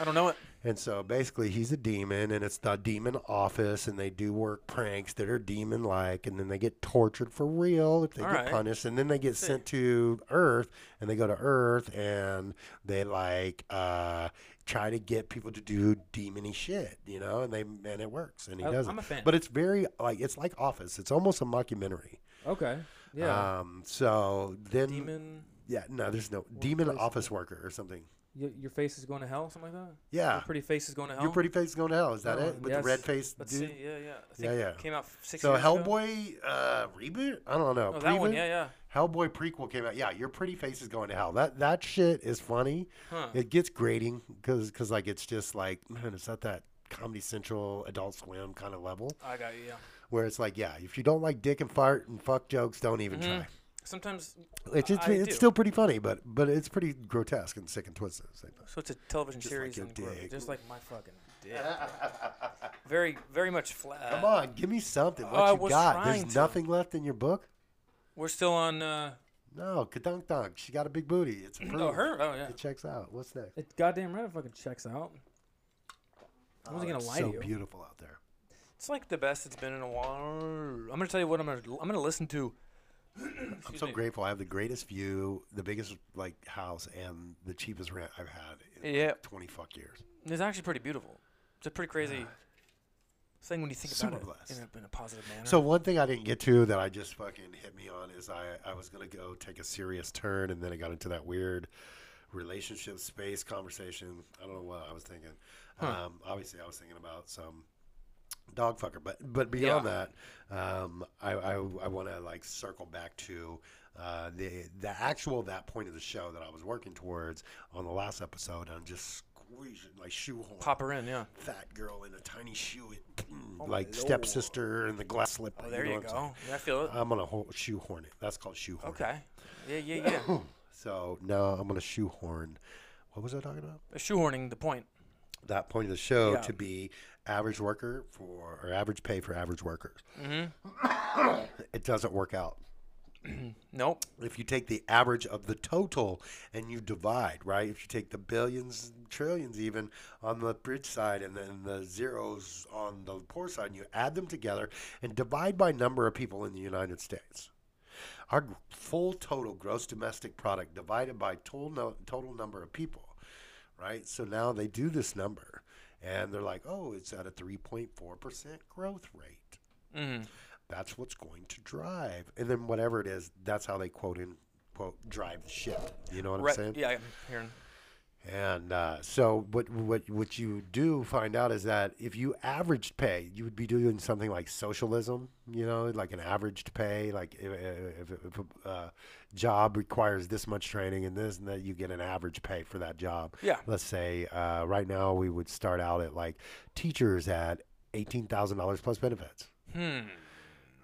[SPEAKER 2] I don't know it.
[SPEAKER 3] And so basically, he's a demon, and it's the demon office, and they do work pranks that are demon like, and then they get tortured for real if they
[SPEAKER 2] All
[SPEAKER 3] get
[SPEAKER 2] right.
[SPEAKER 3] punished, and then they get sent to Earth, and they go to Earth, and they like uh, try to get people to do demony shit, you know, and they and it works, and he
[SPEAKER 2] I-
[SPEAKER 3] does
[SPEAKER 2] Oh, I'm
[SPEAKER 3] it.
[SPEAKER 2] a fan.
[SPEAKER 3] But it's very like it's like Office. It's almost a mockumentary.
[SPEAKER 4] Okay. Yeah.
[SPEAKER 3] Um, so then,
[SPEAKER 2] Demon.
[SPEAKER 3] yeah, no, there's no demon
[SPEAKER 4] place is
[SPEAKER 3] office worker or something.
[SPEAKER 2] Mm.
[SPEAKER 4] Y- your face is going to hell, something like that.
[SPEAKER 3] Yeah,
[SPEAKER 2] Your pretty face is going to hell.
[SPEAKER 3] your Uh, pretty face is going to hell. Is that
[SPEAKER 4] Oh,
[SPEAKER 3] it? With the red
[SPEAKER 4] yes.
[SPEAKER 3] face
[SPEAKER 2] Let's
[SPEAKER 3] dude.
[SPEAKER 2] see. Yeah, yeah. I
[SPEAKER 3] Yeah,
[SPEAKER 2] think
[SPEAKER 3] yeah.
[SPEAKER 2] It came out f- six
[SPEAKER 3] So
[SPEAKER 2] years ago.
[SPEAKER 3] Hellboy uh, reboot? I don't know.
[SPEAKER 2] Oh, that one.
[SPEAKER 3] Preview?
[SPEAKER 2] Yeah, yeah.
[SPEAKER 3] Hellboy prequel came out. Yeah, your pretty face is going to hell. That that shit is funny.
[SPEAKER 2] Huh.
[SPEAKER 3] It gets grating because like it's just like man, it's not that Comedy Central, Adult Swim kind of level
[SPEAKER 2] I got you. Yeah.
[SPEAKER 3] where it's like yeah, if you don't like dick and fart and fuck jokes, don't even try.
[SPEAKER 2] Sometimes.
[SPEAKER 3] It's just,
[SPEAKER 2] Mm-hmm. I
[SPEAKER 3] it's
[SPEAKER 2] do.
[SPEAKER 3] still pretty funny, but but it's pretty grotesque and sick and twisted. at the same time.
[SPEAKER 2] So it's a television
[SPEAKER 3] Just like
[SPEAKER 2] series
[SPEAKER 3] your
[SPEAKER 2] and gro-
[SPEAKER 3] dick.
[SPEAKER 2] just like my fucking dick.
[SPEAKER 3] *laughs*
[SPEAKER 2] very, very much flat.
[SPEAKER 3] Come on, give me something.
[SPEAKER 2] Oh, I
[SPEAKER 3] What you
[SPEAKER 2] was
[SPEAKER 3] got? There's
[SPEAKER 2] trying to.
[SPEAKER 3] nothing left in your book.
[SPEAKER 2] We're still on. Uh,
[SPEAKER 3] No, kadunk dunk. She got a big booty. It's approved.
[SPEAKER 2] oh, her. Oh, yeah.
[SPEAKER 3] It checks out. What's next?
[SPEAKER 4] It goddamn right it fucking checks out. I wasn't gonna
[SPEAKER 3] Oh, it's
[SPEAKER 4] lie
[SPEAKER 3] so
[SPEAKER 4] to you.
[SPEAKER 3] beautiful out there.
[SPEAKER 2] It's like the best it's been in a while. I'm gonna tell you what I'm gonna. I'm gonna listen to.
[SPEAKER 3] I'm so grateful. I have the greatest view, the biggest like house, and the cheapest rent I've had in
[SPEAKER 2] Yeah.
[SPEAKER 3] like, 20 fuck years.
[SPEAKER 2] It's actually pretty beautiful. It's a pretty crazy thing when you think
[SPEAKER 3] Super
[SPEAKER 2] about
[SPEAKER 3] blessed.
[SPEAKER 2] it in a, in a positive manner.
[SPEAKER 3] So one thing I didn't get to that I just fucking hit me on is I I was gonna go take a serious turn, and then I got into that weird relationship space conversation. I don't know what I was thinking. Um, obviously, I was thinking about some dog fucker. But but beyond that, um, I I, I want to like circle back to uh, the the actual that point of the show that I was working towards on the last episode and just squeezing like shoehorn
[SPEAKER 2] pop her in, yeah.
[SPEAKER 3] fat girl in a tiny shoe, it, like stepsister and the glass slipper.
[SPEAKER 2] Oh, there you,
[SPEAKER 3] know what I'm
[SPEAKER 2] go. Yeah, I feel it.
[SPEAKER 3] saying? Uh, I'm gonna ho- shoehorn it. That's called shoehorn.
[SPEAKER 2] Okay. Yeah, yeah,
[SPEAKER 3] *coughs*
[SPEAKER 2] yeah.
[SPEAKER 3] So now I'm gonna shoehorn. What was I talking about?
[SPEAKER 2] Shoehorning the point.
[SPEAKER 3] That point of the show
[SPEAKER 2] Yeah.
[SPEAKER 3] to be average worker for or average pay for average workers.
[SPEAKER 2] Mm-hmm.
[SPEAKER 3] *coughs* it doesn't work out.
[SPEAKER 2] Nope.
[SPEAKER 3] If you take the average of the total and you divide, right? If you take the billions, trillions, even on the rich side, and then the zeros on the poor side, and you add them together and divide by number of people in the United States. Our gr- full total gross domestic product divided by total no, total number of people, right? So now they do this number, and they're like, oh, it's at a 3.4 percent growth rate
[SPEAKER 2] Mm.
[SPEAKER 3] that's what's going to drive. And then whatever it is, that's how they quote in quote drive the ship. You know what
[SPEAKER 2] Right.
[SPEAKER 3] I'm saying?
[SPEAKER 2] Yeah, I'm hearing.
[SPEAKER 3] And uh, so what what what you do find out is that if you averaged pay, you would be doing something like socialism. You know, like an averaged pay. Like if, if, if a uh, job requires this much training and this and that, you get an average pay for that job.
[SPEAKER 2] Yeah.
[SPEAKER 3] Let's say uh, right now we would start out at like teachers at eighteen thousand dollars plus benefits.
[SPEAKER 2] Hmm.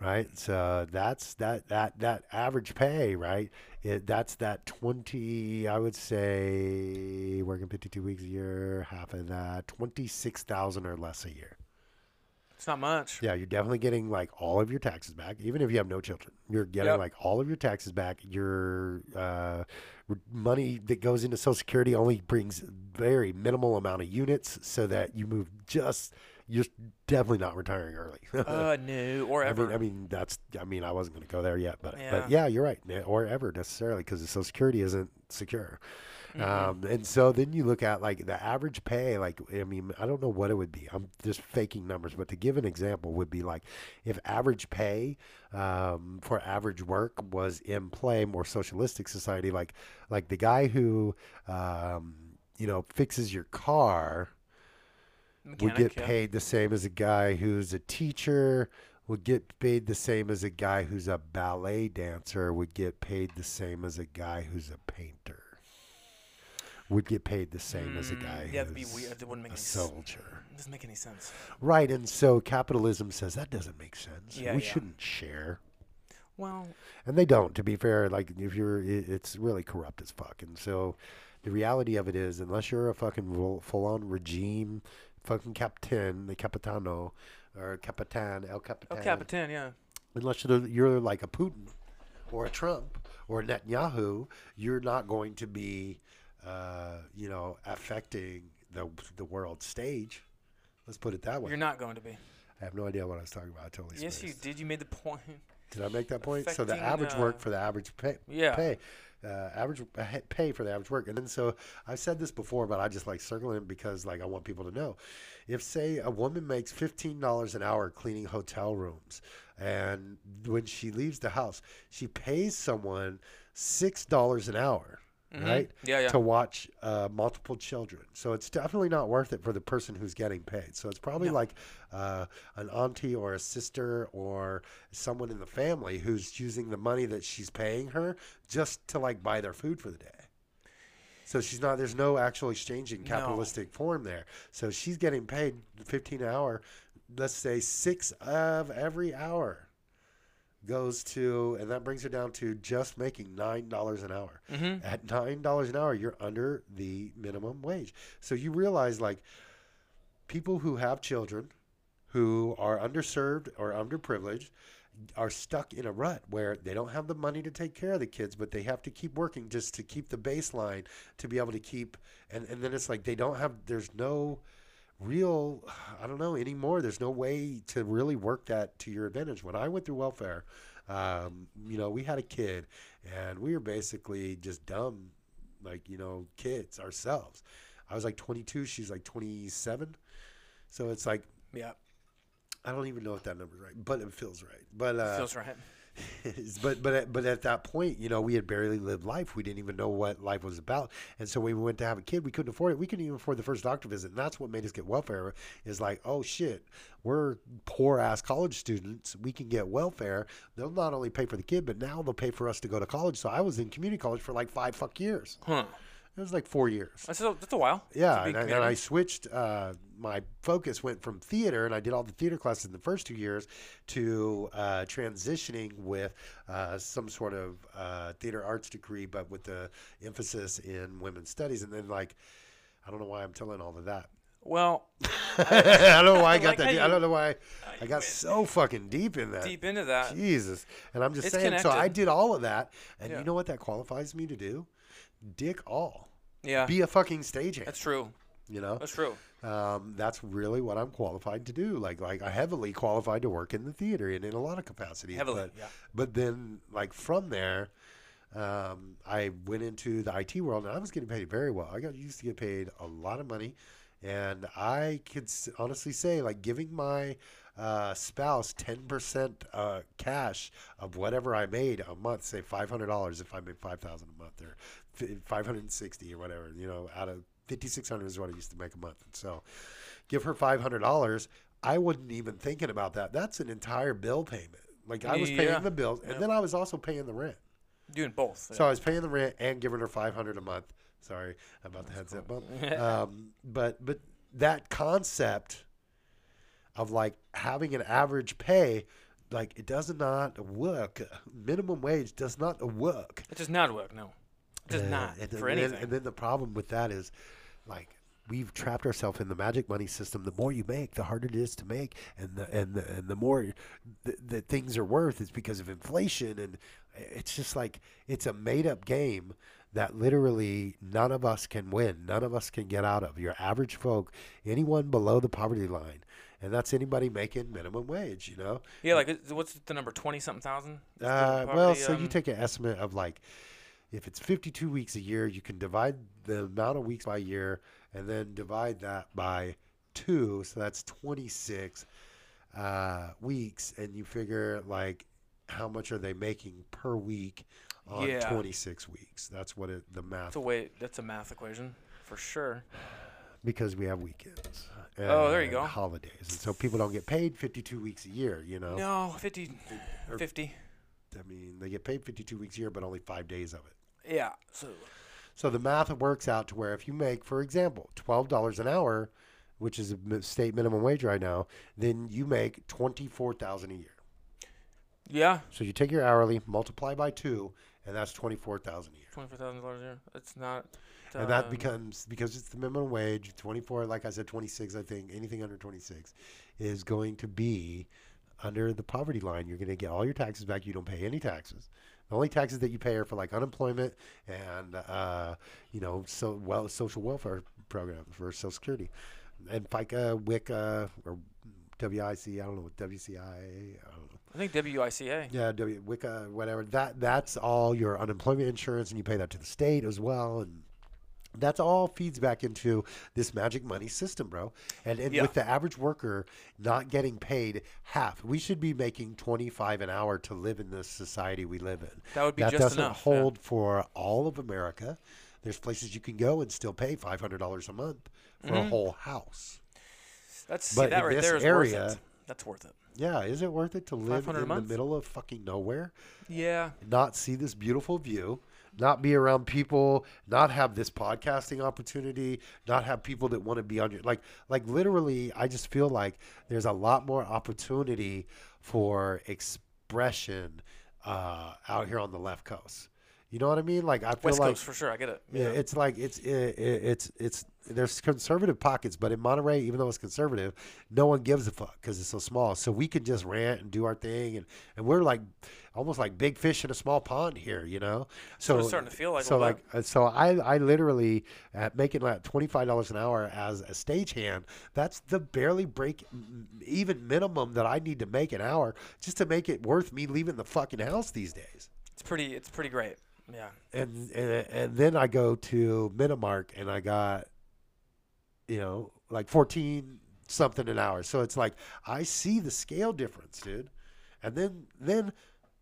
[SPEAKER 3] right? So that's that that that average pay, right? It, that's that twenty. I would say working fifty-two weeks a year, half of that, twenty-six thousand or less a year.
[SPEAKER 2] It's not much.
[SPEAKER 3] Yeah, you're definitely getting like all of your taxes back, even if you have no children. You're getting
[SPEAKER 2] Yep.
[SPEAKER 3] like all of your taxes back. Your uh, re- money that goes into Social Security only brings very minimal amount of units, so that you move just. You're definitely not retiring early. *laughs*
[SPEAKER 2] Uh, no, or
[SPEAKER 3] I
[SPEAKER 2] ever.
[SPEAKER 3] mean, I mean, that's. I mean, I wasn't going to go there yet, but
[SPEAKER 2] Yeah.
[SPEAKER 3] but yeah, you're right, n- or ever necessarily because the Social Security isn't secure.
[SPEAKER 2] Mm-hmm.
[SPEAKER 3] Um, and so then you look at like the average pay. Like, I mean, I don't know what it would be. I'm just faking numbers, but to give an example would be like if average pay um, for average work was in play more socialistic society, like like the guy who um, you know fixes your car would
[SPEAKER 2] Mechanic,
[SPEAKER 3] get
[SPEAKER 2] yeah.
[SPEAKER 3] paid the same as a guy who's a teacher would get paid the same as a guy who's a ballet dancer would get paid the same as a guy who's a painter would get paid the same as a
[SPEAKER 2] Mm,
[SPEAKER 3] guy
[SPEAKER 2] yeah, that'd be
[SPEAKER 3] who's
[SPEAKER 2] weird. That wouldn't
[SPEAKER 3] a
[SPEAKER 2] make any sense.
[SPEAKER 3] soldier
[SPEAKER 2] Doesn't make any sense.
[SPEAKER 3] right and so capitalism says that doesn't make sense
[SPEAKER 2] Yeah,
[SPEAKER 3] we
[SPEAKER 2] yeah.
[SPEAKER 3] shouldn't share
[SPEAKER 2] Well,
[SPEAKER 3] and they don't to be fair like if you're it, it's really corrupt as fuck and so the reality of it is unless you're a fucking ro- full-on regime fucking captain the capitano or capitan el capitan
[SPEAKER 2] El Capitan, yeah.
[SPEAKER 3] unless you're, you're like a putin or a trump or a netanyahu you're not going to be uh, you know affecting the the world stage let's put it that way
[SPEAKER 2] You're not going to be.
[SPEAKER 3] i have no idea what i was talking about I totally
[SPEAKER 2] Yes, you
[SPEAKER 3] spaced.
[SPEAKER 2] did. You made the point.
[SPEAKER 3] Did I make that point? So the
[SPEAKER 2] affecting,
[SPEAKER 3] average work
[SPEAKER 2] uh,
[SPEAKER 3] for the average pay,
[SPEAKER 2] Yeah.
[SPEAKER 3] pay, uh, average uh, he- pay for the average work, and then so I've said this before, but I just like circling it because like I want people to know, if say a woman makes fifteen dollars an hour cleaning hotel rooms, and when she leaves the house, she pays someone six dollars an hour, right?
[SPEAKER 2] Mm-hmm. Yeah, yeah.
[SPEAKER 3] To watch uh, multiple children, so it's definitely not worth it for the person who's getting paid. So it's probably like uh, an auntie or a sister or someone in the family who's using the money that she's paying her just to like buy their food for the day. So she's not. There's no actual exchange in capitalistic form there. So she's getting paid 15 an hour. Let's say six of every hour goes to, and that brings her down to just making nine dollars an hour. At nine dollars an hour, you're under the minimum wage. So you realize like people who have children who are underserved or underprivileged are stuck in a rut where they don't have the money to take care of the kids, but they have to keep working just to keep the baseline to be able to keep. And, and then it's like they don't have, there's no real, I don't know anymore. There's no way to really work that to your advantage. When I went through welfare, um, you know, we had a kid and we were basically just dumb, like, you know, kids ourselves. I was like 22, she's like 27. So it's like,
[SPEAKER 2] Yeah,
[SPEAKER 3] I don't even know if that number's right, but it feels right. But uh,
[SPEAKER 2] feels right.
[SPEAKER 3] is- but but at, but at that point, you know, we had barely lived life. We didn't even know what life was about, and so when we went to have a kid, we couldn't afford it. We couldn't even afford the first doctor visit, and that's what made us get welfare. Is like, oh shit, we're poor ass college students. We can get welfare. They'll not only pay for the kid, but now they'll pay for us to go to college. So I was in community college for like five fuck years.
[SPEAKER 2] Huh.
[SPEAKER 3] It was like four years.
[SPEAKER 2] That's a, that's a while. It's a
[SPEAKER 3] Yeah, and
[SPEAKER 2] big
[SPEAKER 3] I, and I
[SPEAKER 2] community.
[SPEAKER 3] switched. Uh, my focus went from theater, and I did all the theater classes in the first two years, to uh, transitioning with uh, some sort of uh, theater arts degree, but with the emphasis in women's studies. And then, like, I don't know why I'm telling all of that.
[SPEAKER 2] well,
[SPEAKER 3] *laughs* I don't know
[SPEAKER 2] *laughs*
[SPEAKER 3] why I got
[SPEAKER 2] Like
[SPEAKER 3] that.
[SPEAKER 2] how
[SPEAKER 3] deep. I
[SPEAKER 2] you-
[SPEAKER 3] don't know why I got so fucking deep in that.
[SPEAKER 2] deep into that.
[SPEAKER 3] Jesus. And I'm just
[SPEAKER 2] It's
[SPEAKER 3] saying. So I
[SPEAKER 2] connected.
[SPEAKER 3] did all of that, and
[SPEAKER 2] Yeah.
[SPEAKER 3] you know what that qualifies me to do? Dick all.
[SPEAKER 2] Yeah,
[SPEAKER 3] Be a fucking stagehand.
[SPEAKER 2] Uh, that's true.
[SPEAKER 3] You know.
[SPEAKER 2] That's true.
[SPEAKER 3] um, that's really what I'm qualified to do. Like, like I heavily qualified to work in the theater and in a lot of capacities.
[SPEAKER 2] Heavily,
[SPEAKER 3] but,
[SPEAKER 2] yeah.
[SPEAKER 3] but then, like from there, um, I went into the IT world and I was getting paid very well. I got used to get paid a lot of money, and I could s- honestly say, like, giving my uh, spouse ten percent uh, cash of whatever I made a month, say five hundred dollars if I made five thousand a month or five hundred and sixty or whatever, you know, out of fifty six hundred is what I used to make a month, and so give her five hundred dollars. I wasn't even thinking about that. That's an entire bill payment. Like I was
[SPEAKER 2] Yeah.
[SPEAKER 3] paying the bills, and then I was also paying the rent.
[SPEAKER 2] Doing both.
[SPEAKER 3] So I was paying the rent and giving her five hundred a month. Sorry about the headset bump. um, but but that concept of like having an average pay like it does not work. Minimum wage does not work.
[SPEAKER 2] It does not work. No, it does
[SPEAKER 3] And-
[SPEAKER 2] not
[SPEAKER 3] and,
[SPEAKER 2] for
[SPEAKER 3] and
[SPEAKER 2] anything.
[SPEAKER 3] Then, and then the problem with that is, like, we've trapped ourselves in the magic money system. The more you make, the harder it is to make, and the and the, and the more th- that things are worth is because of inflation, and it's just like it's a made up game that literally none of us can win. None of us can get out of. Your average folk, anyone below the poverty line, and that's anybody making minimum wage. You know.
[SPEAKER 2] yeah, like it- what's the number? Twenty something thousand. Is the
[SPEAKER 3] Uh, well,
[SPEAKER 2] poverty,
[SPEAKER 3] so you
[SPEAKER 2] um,
[SPEAKER 3] take an estimate of like if it's 52 weeks a year, you can divide the amount of weeks by year and then divide that by two. So that's 26 uh, weeks. And you figure like how much are they making per week on
[SPEAKER 2] Yeah.
[SPEAKER 3] 26 weeks? That's what it, the math
[SPEAKER 2] That's a way. That's a math equation for sure.
[SPEAKER 3] because we have weekends.
[SPEAKER 2] Oh, there you
[SPEAKER 3] and
[SPEAKER 2] go.
[SPEAKER 3] Holidays. And so people don't get paid 52 weeks a year, you know?
[SPEAKER 2] No, 50, 50.
[SPEAKER 3] I mean, they get paid 52 weeks a year, but only five days of it.
[SPEAKER 2] Yeah. So
[SPEAKER 3] So the math works out to where if you make, for example, twelve dollars an hour, which is a mi- state minimum wage right now, then you make twenty four thousand a year.
[SPEAKER 2] yeah,
[SPEAKER 3] So you take your hourly, multiply by two, and that's twenty four thousand a year.
[SPEAKER 2] twenty four thousand dollars a year. It's not.
[SPEAKER 3] and that
[SPEAKER 2] um,
[SPEAKER 3] becomes because it's the minimum wage, twenty four. Like I said, twenty six. I think anything under twenty six is going to be under the poverty line. You're going to get all your taxes back. You don't pay any taxes. The only taxes that you pay are for like unemployment and uh, you know so well social welfare programs for Social Security and FICA, WICA, or WIC. I don't know what WCI. I don't know.
[SPEAKER 2] um, I think WICA.
[SPEAKER 3] Yeah, W Wicca, whatever. That that's all your unemployment insurance, and you pay that to the state as well, and that's all feeds back into this magic money system, bro. And and
[SPEAKER 2] Yeah.
[SPEAKER 3] with the average worker not getting paid half, we should be making twenty five an hour to live in this society we live in.
[SPEAKER 2] That would be
[SPEAKER 3] that
[SPEAKER 2] just
[SPEAKER 3] doesn't
[SPEAKER 2] enough, yeah.
[SPEAKER 3] hold for all of America. There's places you can go and still pay five hundred dollars a month for
[SPEAKER 2] Mm-hmm.
[SPEAKER 3] a whole house.
[SPEAKER 2] That's see,
[SPEAKER 3] But
[SPEAKER 2] that
[SPEAKER 3] in
[SPEAKER 2] right
[SPEAKER 3] this
[SPEAKER 2] there is worth
[SPEAKER 3] area-
[SPEAKER 2] it. That's worth it.
[SPEAKER 3] Yeah, is it worth it to live
[SPEAKER 2] 500 a
[SPEAKER 3] in the
[SPEAKER 2] month?
[SPEAKER 3] middle of fucking nowhere?
[SPEAKER 2] Yeah.
[SPEAKER 3] not see this beautiful view, not be around people, not have this podcasting opportunity, not have people that want to be on your like like literally I just feel like there's a lot more opportunity for expression uh out here on the left coast. You know what I mean? Like I feel
[SPEAKER 2] West
[SPEAKER 3] like
[SPEAKER 2] Coast for sure. I get it.
[SPEAKER 3] yeah, it's like it's it, it, it's it's there's conservative pockets, but in Monterey, even though it's conservative, no one gives a fuck because it's so small. So we can just rant and do our thing, and, and we're like almost like big fish in a small pond here, you know. So
[SPEAKER 2] it's starting to feel like a
[SPEAKER 3] so
[SPEAKER 2] lot.
[SPEAKER 3] like uh, so I I literally at making like twenty five dollars an hour as a stagehand, that's the barely break m- even minimum that I need to make an hour just to make it worth me leaving the fucking house these days
[SPEAKER 2] It's pretty. It's pretty great. Yeah.
[SPEAKER 3] and and, and then I go to Minimark and I got, you know, like fourteen something an hour. So it's like I see the scale difference, dude. And then then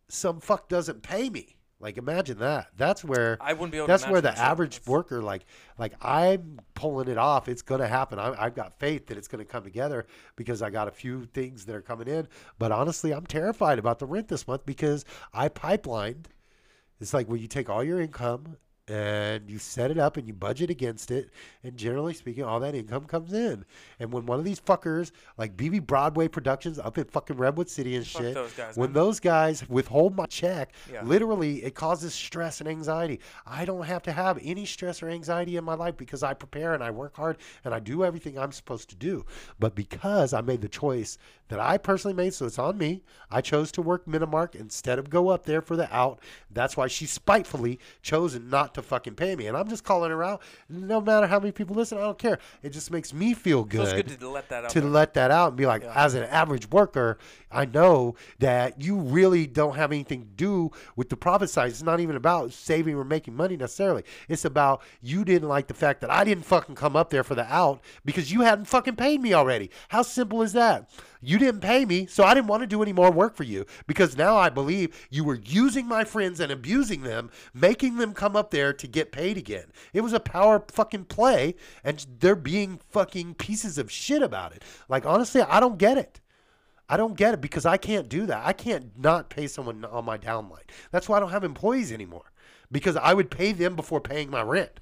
[SPEAKER 3] some fuck doesn't pay me. Like imagine that. That's where
[SPEAKER 2] I wouldn't be able.
[SPEAKER 3] that's
[SPEAKER 2] to
[SPEAKER 3] where
[SPEAKER 2] match
[SPEAKER 3] the
[SPEAKER 2] that.
[SPEAKER 3] average
[SPEAKER 2] That's-
[SPEAKER 3] worker like like i'm pulling it off it's gonna happen I'm, i've got faith that it's gonna come together because i got a few things that are coming in but honestly i'm terrified about the rent this month because i pipelined it's like when you take all your income and you set it up and you budget against it and generally speaking all that income comes in and when one of these fuckers like bb broadway productions up in fucking redwood city and
[SPEAKER 2] Fuck
[SPEAKER 3] shit
[SPEAKER 2] those guys,
[SPEAKER 3] when
[SPEAKER 2] man.
[SPEAKER 3] those guys withhold my check
[SPEAKER 2] Yeah.
[SPEAKER 3] literally it causes stress and anxiety i don't have to have any stress or anxiety in my life because i prepare and i work hard and i do everything i'm supposed to do but because i made the choice that i personally made so it's on me i chose to work minimark instead of go up there for the out that's why she spitefully chose not to fucking pay me and i'm just calling her out no matter how many people listen i don't care it just makes me feel good
[SPEAKER 2] Feels good to let that out.
[SPEAKER 3] to
[SPEAKER 2] there.
[SPEAKER 3] let that out and be like, as an average worker, I know that you really don't have anything to do with the profit side. It's not even about saving or making money necessarily. It's about you didn't like the fact that I didn't fucking come up there for the out because you hadn't fucking paid me already. How simple is that? You didn't pay me, so I didn't want to do any more work for you because now I believe you were using my friends and abusing them, making them come up there to get paid again. It was a power fucking play, and they're being fucking pieces of shit about it. Like, honestly, I don't get it. I don't get it because I can't do that. I can't not pay someone on my downline. That's why I don't have employees anymore because I would pay them before paying my rent.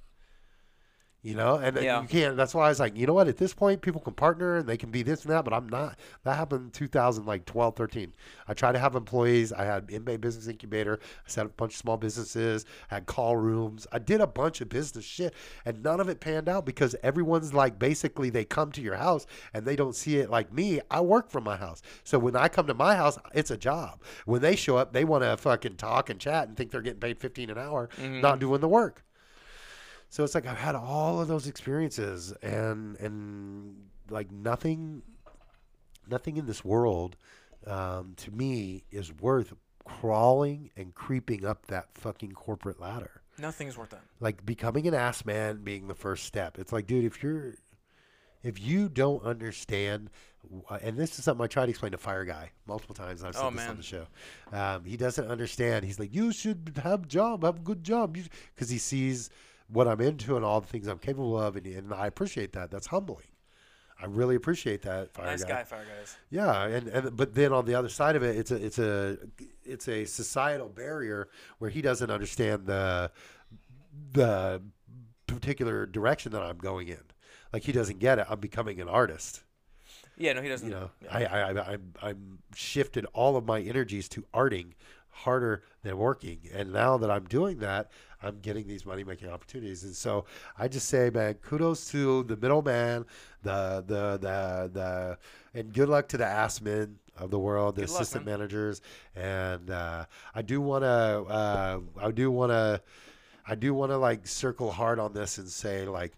[SPEAKER 3] You know, and then
[SPEAKER 2] Yeah.
[SPEAKER 3] you can't. That's why I was like, you know what? At this point, people can partner and they can be this and that, but I'm not. That happened in 2000, like 12, 13. I tried to have employees. I had inmate business incubator. I set up a bunch of small businesses. had call rooms. I did a bunch of business shit, and none of it panned out because everyone's like, basically, they come to your house and they don't see it like me. I work from my house, so when I come to my house, it's a job. When they show up, they want to fucking talk and chat and think they're getting paid 15 an hour, not doing the work. So it's like I've had all of those experiences and and like nothing nothing in this world um, to me is worth crawling and creeping up that fucking corporate ladder.
[SPEAKER 2] Nothing's worth that.
[SPEAKER 3] Like becoming an ass man being the first step. It's like dude, if you're if you don't understand, wh- uh, and this is something I tried to explain to Fire Guy multiple times, and I've said
[SPEAKER 2] Oh,
[SPEAKER 3] this on
[SPEAKER 2] man.
[SPEAKER 3] the show. Um, he doesn't understand. He's like, you should have job, have a good job, because he sees what I'm into and all the things I'm capable of, and, and I appreciate that. That's humbling. I really appreciate that, Fire
[SPEAKER 2] nice
[SPEAKER 3] Guy.
[SPEAKER 2] guy, fire guys.
[SPEAKER 3] Yeah, and, and but then on the other side of it, it's a it's a it's a societal barrier where he doesn't understand the the particular direction that I'm going in. Like he doesn't get it. I'm becoming an artist.
[SPEAKER 2] Yeah, no, he doesn't.
[SPEAKER 3] You know,
[SPEAKER 2] yeah.
[SPEAKER 3] I, I, I I'm I'm shifted all of my energies to arting harder than working, and now that I'm doing that, I'm getting these money making opportunities. And so I just say, man, kudos to the middleman, the the the the, and good luck to the ass men of the world, the
[SPEAKER 2] Good luck,
[SPEAKER 3] assistant
[SPEAKER 2] man.
[SPEAKER 3] managers, and uh, I do want to uh, I do want to. I do want to like circle hard on this and say like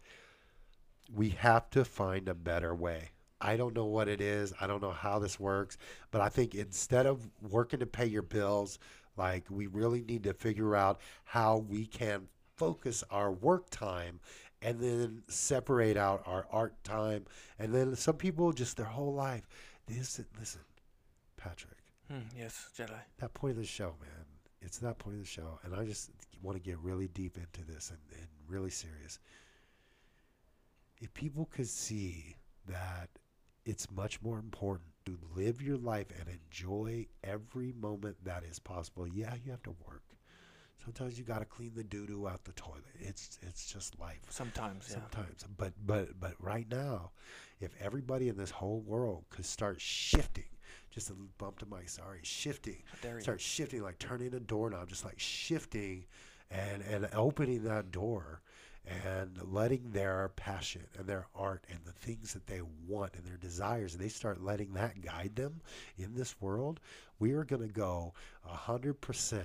[SPEAKER 3] we have to find a better way. I don't know what it is. I don't know how this works, but I think instead of working to pay your bills, like we really need to figure out how we can focus our work time and then separate out our art time. And then some people just their whole life. Listen, listen, Patrick,
[SPEAKER 2] Hmm, yes, Jedi.
[SPEAKER 3] that point of the show, man. It's that point of the show. And I just want to get really deep into this and, and really serious. If people could see that it's much more important to live your life and enjoy every moment that is possible, yeah, you have to work. Sometimes you got to clean the doo doo out the toilet. It's, it's just life
[SPEAKER 2] Sometimes, yeah.
[SPEAKER 3] sometimes but but but right now if everybody in this whole world could start shifting just a little bump to my sorry shifting
[SPEAKER 2] dare you.
[SPEAKER 3] start shifting like turning a doorknob just like shifting and and opening that door and letting their passion and their art and the things that they want and their desires and they start letting that guide them in this world we are going to go 100%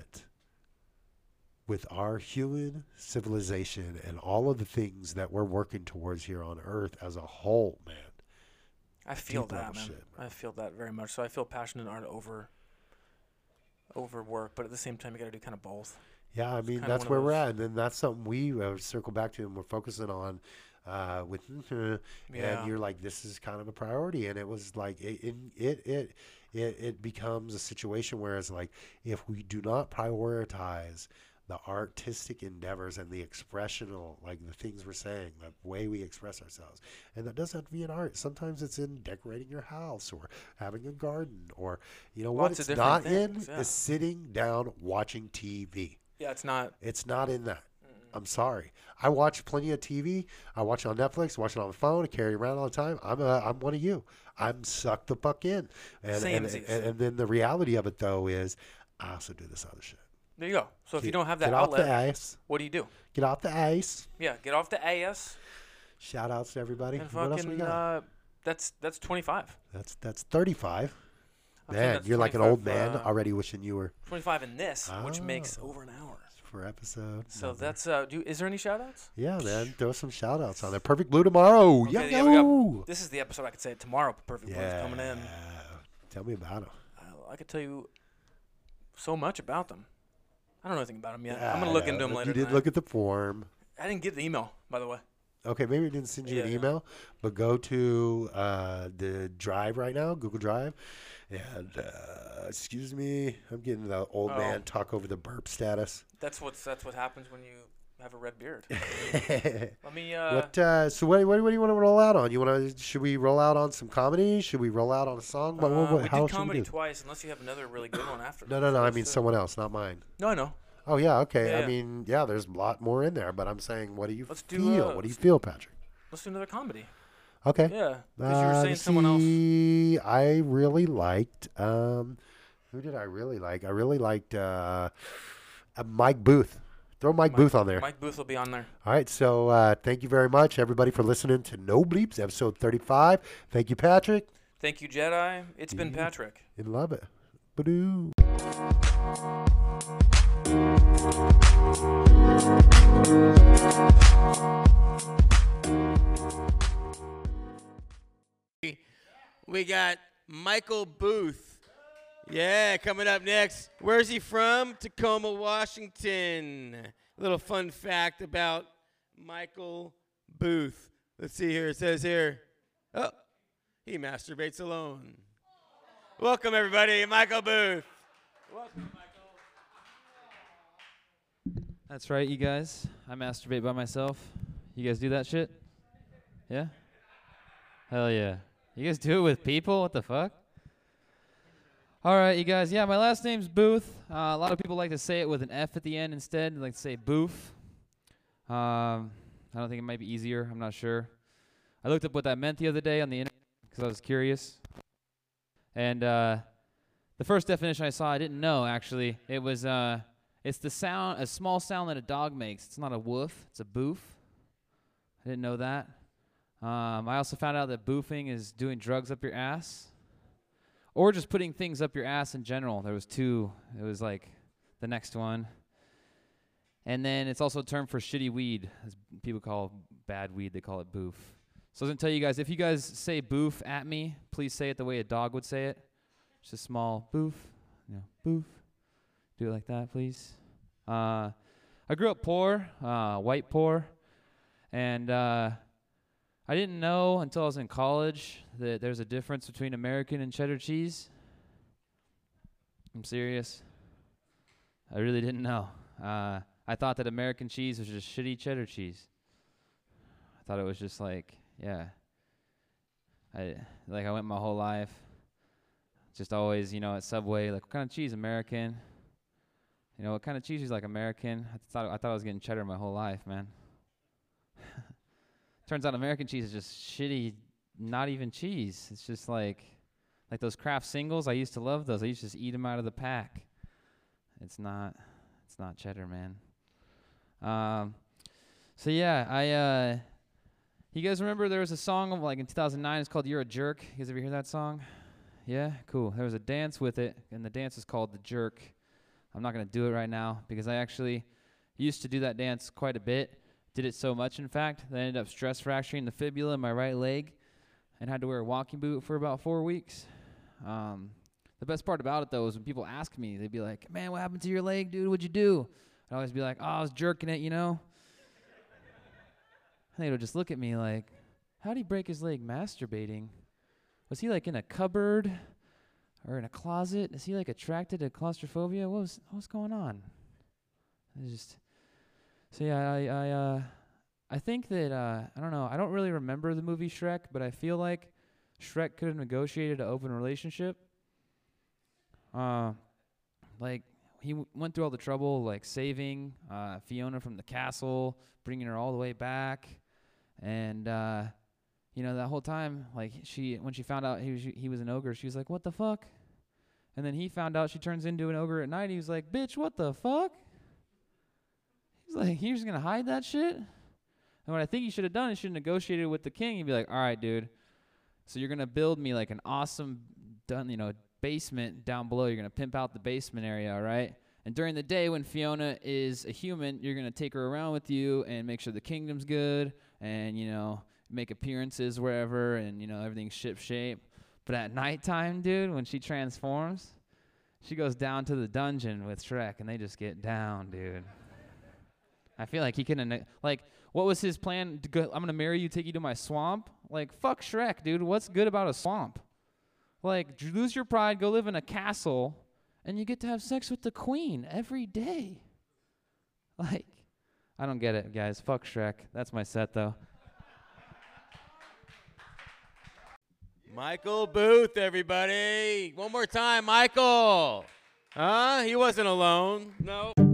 [SPEAKER 3] with our human civilization and all of the things that we're working towards here on earth as a whole, man.
[SPEAKER 2] I feel
[SPEAKER 3] deep
[SPEAKER 2] that,
[SPEAKER 3] level
[SPEAKER 2] man.
[SPEAKER 3] shit,
[SPEAKER 2] I feel that very much. So I feel passion and art over over work, but at the same time, you got to do kind of both.
[SPEAKER 3] Yeah, I mean,
[SPEAKER 2] kinda
[SPEAKER 3] that's
[SPEAKER 2] one
[SPEAKER 3] where
[SPEAKER 2] of
[SPEAKER 3] we're
[SPEAKER 2] those-
[SPEAKER 3] at. And then that's something we uh, circle back to and we're focusing on uh, with, *laughs*
[SPEAKER 2] Yeah.
[SPEAKER 3] and you're like, this is kind of a priority. And it was like, it, it, it, it, it, it becomes a situation where it's like, if we do not prioritize the artistic endeavors and the expressional, like the things we're saying, the way we express ourselves. And that doesn't have to be in art. Sometimes it's in decorating your house or having a garden or, you know,
[SPEAKER 2] Lots
[SPEAKER 3] what
[SPEAKER 2] of
[SPEAKER 3] it's
[SPEAKER 2] different
[SPEAKER 3] not
[SPEAKER 2] things,
[SPEAKER 3] in
[SPEAKER 2] yeah.
[SPEAKER 3] is sitting down watching TV.
[SPEAKER 2] Yeah, it's not.
[SPEAKER 3] It's not in that. I'm sorry. I watch plenty of TV. I watch it on Netflix. Watch it on my phone. I carry it around all the time. I'm a, I'm one of you. I'm sucked the fuck in. And and,
[SPEAKER 2] Samesies.
[SPEAKER 3] and and then the reality of it though is, I also do this other shit.
[SPEAKER 2] There you go. So if you don't have that
[SPEAKER 3] get off the
[SPEAKER 2] outlet,
[SPEAKER 3] ice.
[SPEAKER 2] what do you do?
[SPEAKER 3] Get off the ice.
[SPEAKER 2] Yeah, get off the AS
[SPEAKER 3] Shout outs to everybody.
[SPEAKER 2] and
[SPEAKER 3] what else we
[SPEAKER 2] fucking.
[SPEAKER 3] got?
[SPEAKER 2] Uh, that's that's 25.
[SPEAKER 3] that's that's 35.
[SPEAKER 2] I think
[SPEAKER 3] Man,
[SPEAKER 2] that's
[SPEAKER 3] you're like an old
[SPEAKER 2] 25,
[SPEAKER 3] man
[SPEAKER 2] uh,
[SPEAKER 3] already wishing you were
[SPEAKER 2] 25 in this, which makes
[SPEAKER 3] Ah.
[SPEAKER 2] over an hour.
[SPEAKER 3] for episode.
[SPEAKER 2] So that's uh, do is there any shout outs?
[SPEAKER 3] yeah,
[SPEAKER 2] *sniffs*
[SPEAKER 3] man. Throw some shout outs on there. Perfect blue tomorrow. Yeah,
[SPEAKER 2] yeah, we got, this is the episode I could say it tomorrow. but Perfect Blue's
[SPEAKER 3] yeah.
[SPEAKER 2] coming in.
[SPEAKER 3] Tell me about it.
[SPEAKER 2] I, I could tell you so much about them. I don't know anything about them yet.
[SPEAKER 3] Yeah,
[SPEAKER 2] I'm gonna
[SPEAKER 3] I
[SPEAKER 2] look
[SPEAKER 3] know,
[SPEAKER 2] into them
[SPEAKER 3] but
[SPEAKER 2] later.
[SPEAKER 3] You did
[SPEAKER 2] tonight.
[SPEAKER 3] look at the form.
[SPEAKER 2] I didn't get the email, by the way.
[SPEAKER 3] Okay, maybe it didn't send you an
[SPEAKER 2] Yeah.
[SPEAKER 3] email, but go to uh, the Drive right now, Google Drive, and uh, excuse me, I'm getting the old
[SPEAKER 2] Oh.
[SPEAKER 3] man talk over the burp
[SPEAKER 2] *laughs*
[SPEAKER 3] status. *laughs*
[SPEAKER 2] That's what's that's what happens when you have a red beard.
[SPEAKER 3] what?
[SPEAKER 2] Let me. Uh,
[SPEAKER 3] Uh, so what, what, what do you want to roll out on? You want to? Should we roll out on some comedy? Should we roll out on a song? What, what,
[SPEAKER 2] uh,
[SPEAKER 3] what-
[SPEAKER 2] we
[SPEAKER 3] how
[SPEAKER 2] did
[SPEAKER 3] should we
[SPEAKER 2] comedy
[SPEAKER 3] do?
[SPEAKER 2] twice, unless you have another really good one after.
[SPEAKER 3] *coughs* No,
[SPEAKER 2] that.
[SPEAKER 3] no, no. I
[SPEAKER 2] Let's
[SPEAKER 3] mean
[SPEAKER 2] do it.
[SPEAKER 3] someone else, not mine.
[SPEAKER 2] No, I know.
[SPEAKER 3] Oh yeah, okay.
[SPEAKER 2] Yeah,
[SPEAKER 3] I
[SPEAKER 2] yeah.
[SPEAKER 3] mean, yeah, there's a lot more in there, but I'm saying, what do you
[SPEAKER 2] Let's do,
[SPEAKER 3] feel?
[SPEAKER 2] uh,
[SPEAKER 3] what do you
[SPEAKER 2] let's-
[SPEAKER 3] feel, Patrick?
[SPEAKER 2] Let's do another comedy.
[SPEAKER 3] Okay.
[SPEAKER 2] Yeah, because you were
[SPEAKER 3] Uh,
[SPEAKER 2] saying
[SPEAKER 3] to
[SPEAKER 2] someone else.
[SPEAKER 3] see, I really liked. Um, who did I really like? I really liked uh, uh, Mike Booth. Throw Mike, Booth on there.
[SPEAKER 2] Mike Booth will be on there.
[SPEAKER 3] All right. So uh, thank you very much, everybody, for listening to No Bleeps, episode 35. Thank you, Patrick.
[SPEAKER 2] Thank you, Jedi. It's been Patrick.
[SPEAKER 3] I love it. Badoo.
[SPEAKER 7] We got Michael Booth. Yeah, coming up next. Where's he from? Tacoma, Washington. A little fun fact about Michael Booth. Let's see here. It says here, oh, he masturbates alone. Welcome, everybody. Michael Booth. Welcome, Michael.
[SPEAKER 8] That's right, you guys. I masturbate by myself. You guys do that shit? Yeah? Hell yeah. You guys do it with people? What the fuck? All right, you guys. Yeah, my last name's Booth. Uh, a lot of people like to say it with an F at the end instead. They like to say Boof. Um, I don't think it might be easier. I'm not sure. I looked up what that meant the other day on the internet because I was curious. And uh, the first definition I saw, I didn't know actually. It was uh, it's the sound, a small sound that a dog makes. It's not a woof. It's a boof. I didn't know that. Um, I also found out that boofing is doing drugs up your ass, or just putting things up your ass in general. There was two. It was like the next one. And then it's also a term for shitty weed. As people call bad weed, they call it boof. So I was gonna tell you guys, if you guys say boof at me, please say it the way a dog would say it. It's just small boof, you know, boof. Do it like that, please. Uh, I grew up poor, uh, white poor, and uh, I didn't know until I was in college that there's a difference between American and cheddar cheese. I'm serious. I really didn't know. Uh, I thought that American cheese was just shitty cheddar cheese. I thought it was just like, yeah. I like I went my whole life just always, you know, at Subway, like what kind of cheese, American? You know, what kind of cheese is like American? I thought I thought I was getting cheddar my whole life, man. *laughs* Turns out American cheese is just shitty, not even cheese. It's just like like those craft singles. I used to love those. I used to just eat them out of the pack. It's not it's not cheddar, man. Um so yeah, I uh you guys remember there was a song of like in 2009 it's called You're a Jerk. You guys ever hear that song? Yeah, cool. There was a dance with it and the dance is called The Jerk. I'm not going to do it right now because I actually used to do that dance quite a bit. Did it so much, in fact, that I ended up stress fracturing the fibula in my right leg and had to wear a walking boot for about four weeks. Um, the best part about it, though, is when people ask me, they'd be like, Man, what happened to your leg, dude? What'd you do? I'd always be like, Oh, I was jerking it, you know? *laughs* and they would just look at me like, How'd he break his leg masturbating? Was he like in a cupboard? or in a closet? Is he like attracted to claustrophobia? What was what's going on? I just so yeah, I I uh, I think that uh, I don't know. I don't really remember the movie Shrek, but I feel like Shrek could have negotiated an open relationship. Uh, like he w- went through all the trouble, like saving uh, Fiona from the castle, bringing her all the way back, and. Uh, you know that whole time like she when she found out he was he was an ogre she was like what the fuck and then he found out she turns into an ogre at night he was like bitch what the fuck he's like you're just gonna hide that shit and what i think he should have done is should have negotiated with the king he'd be like all right dude so you're gonna build me like an awesome done you know basement down below you're gonna pimp out the basement area all right and during the day when fiona is a human you're gonna take her around with you and make sure the kingdom's good and you know make appearances wherever and you know everything's ship shape but at nighttime dude when she transforms she goes down to the dungeon with shrek and they just get down dude i feel like he couldn't like what was his plan to go i'm gonna marry you take you to my swamp like fuck shrek dude what's good about a swamp like j- lose your pride go live in a castle and you get to have sex with the queen every day *laughs* like i don't get it guys fuck shrek that's my set though
[SPEAKER 7] Michael Booth, everybody. One more time, Michael. Huh? He wasn't alone. No.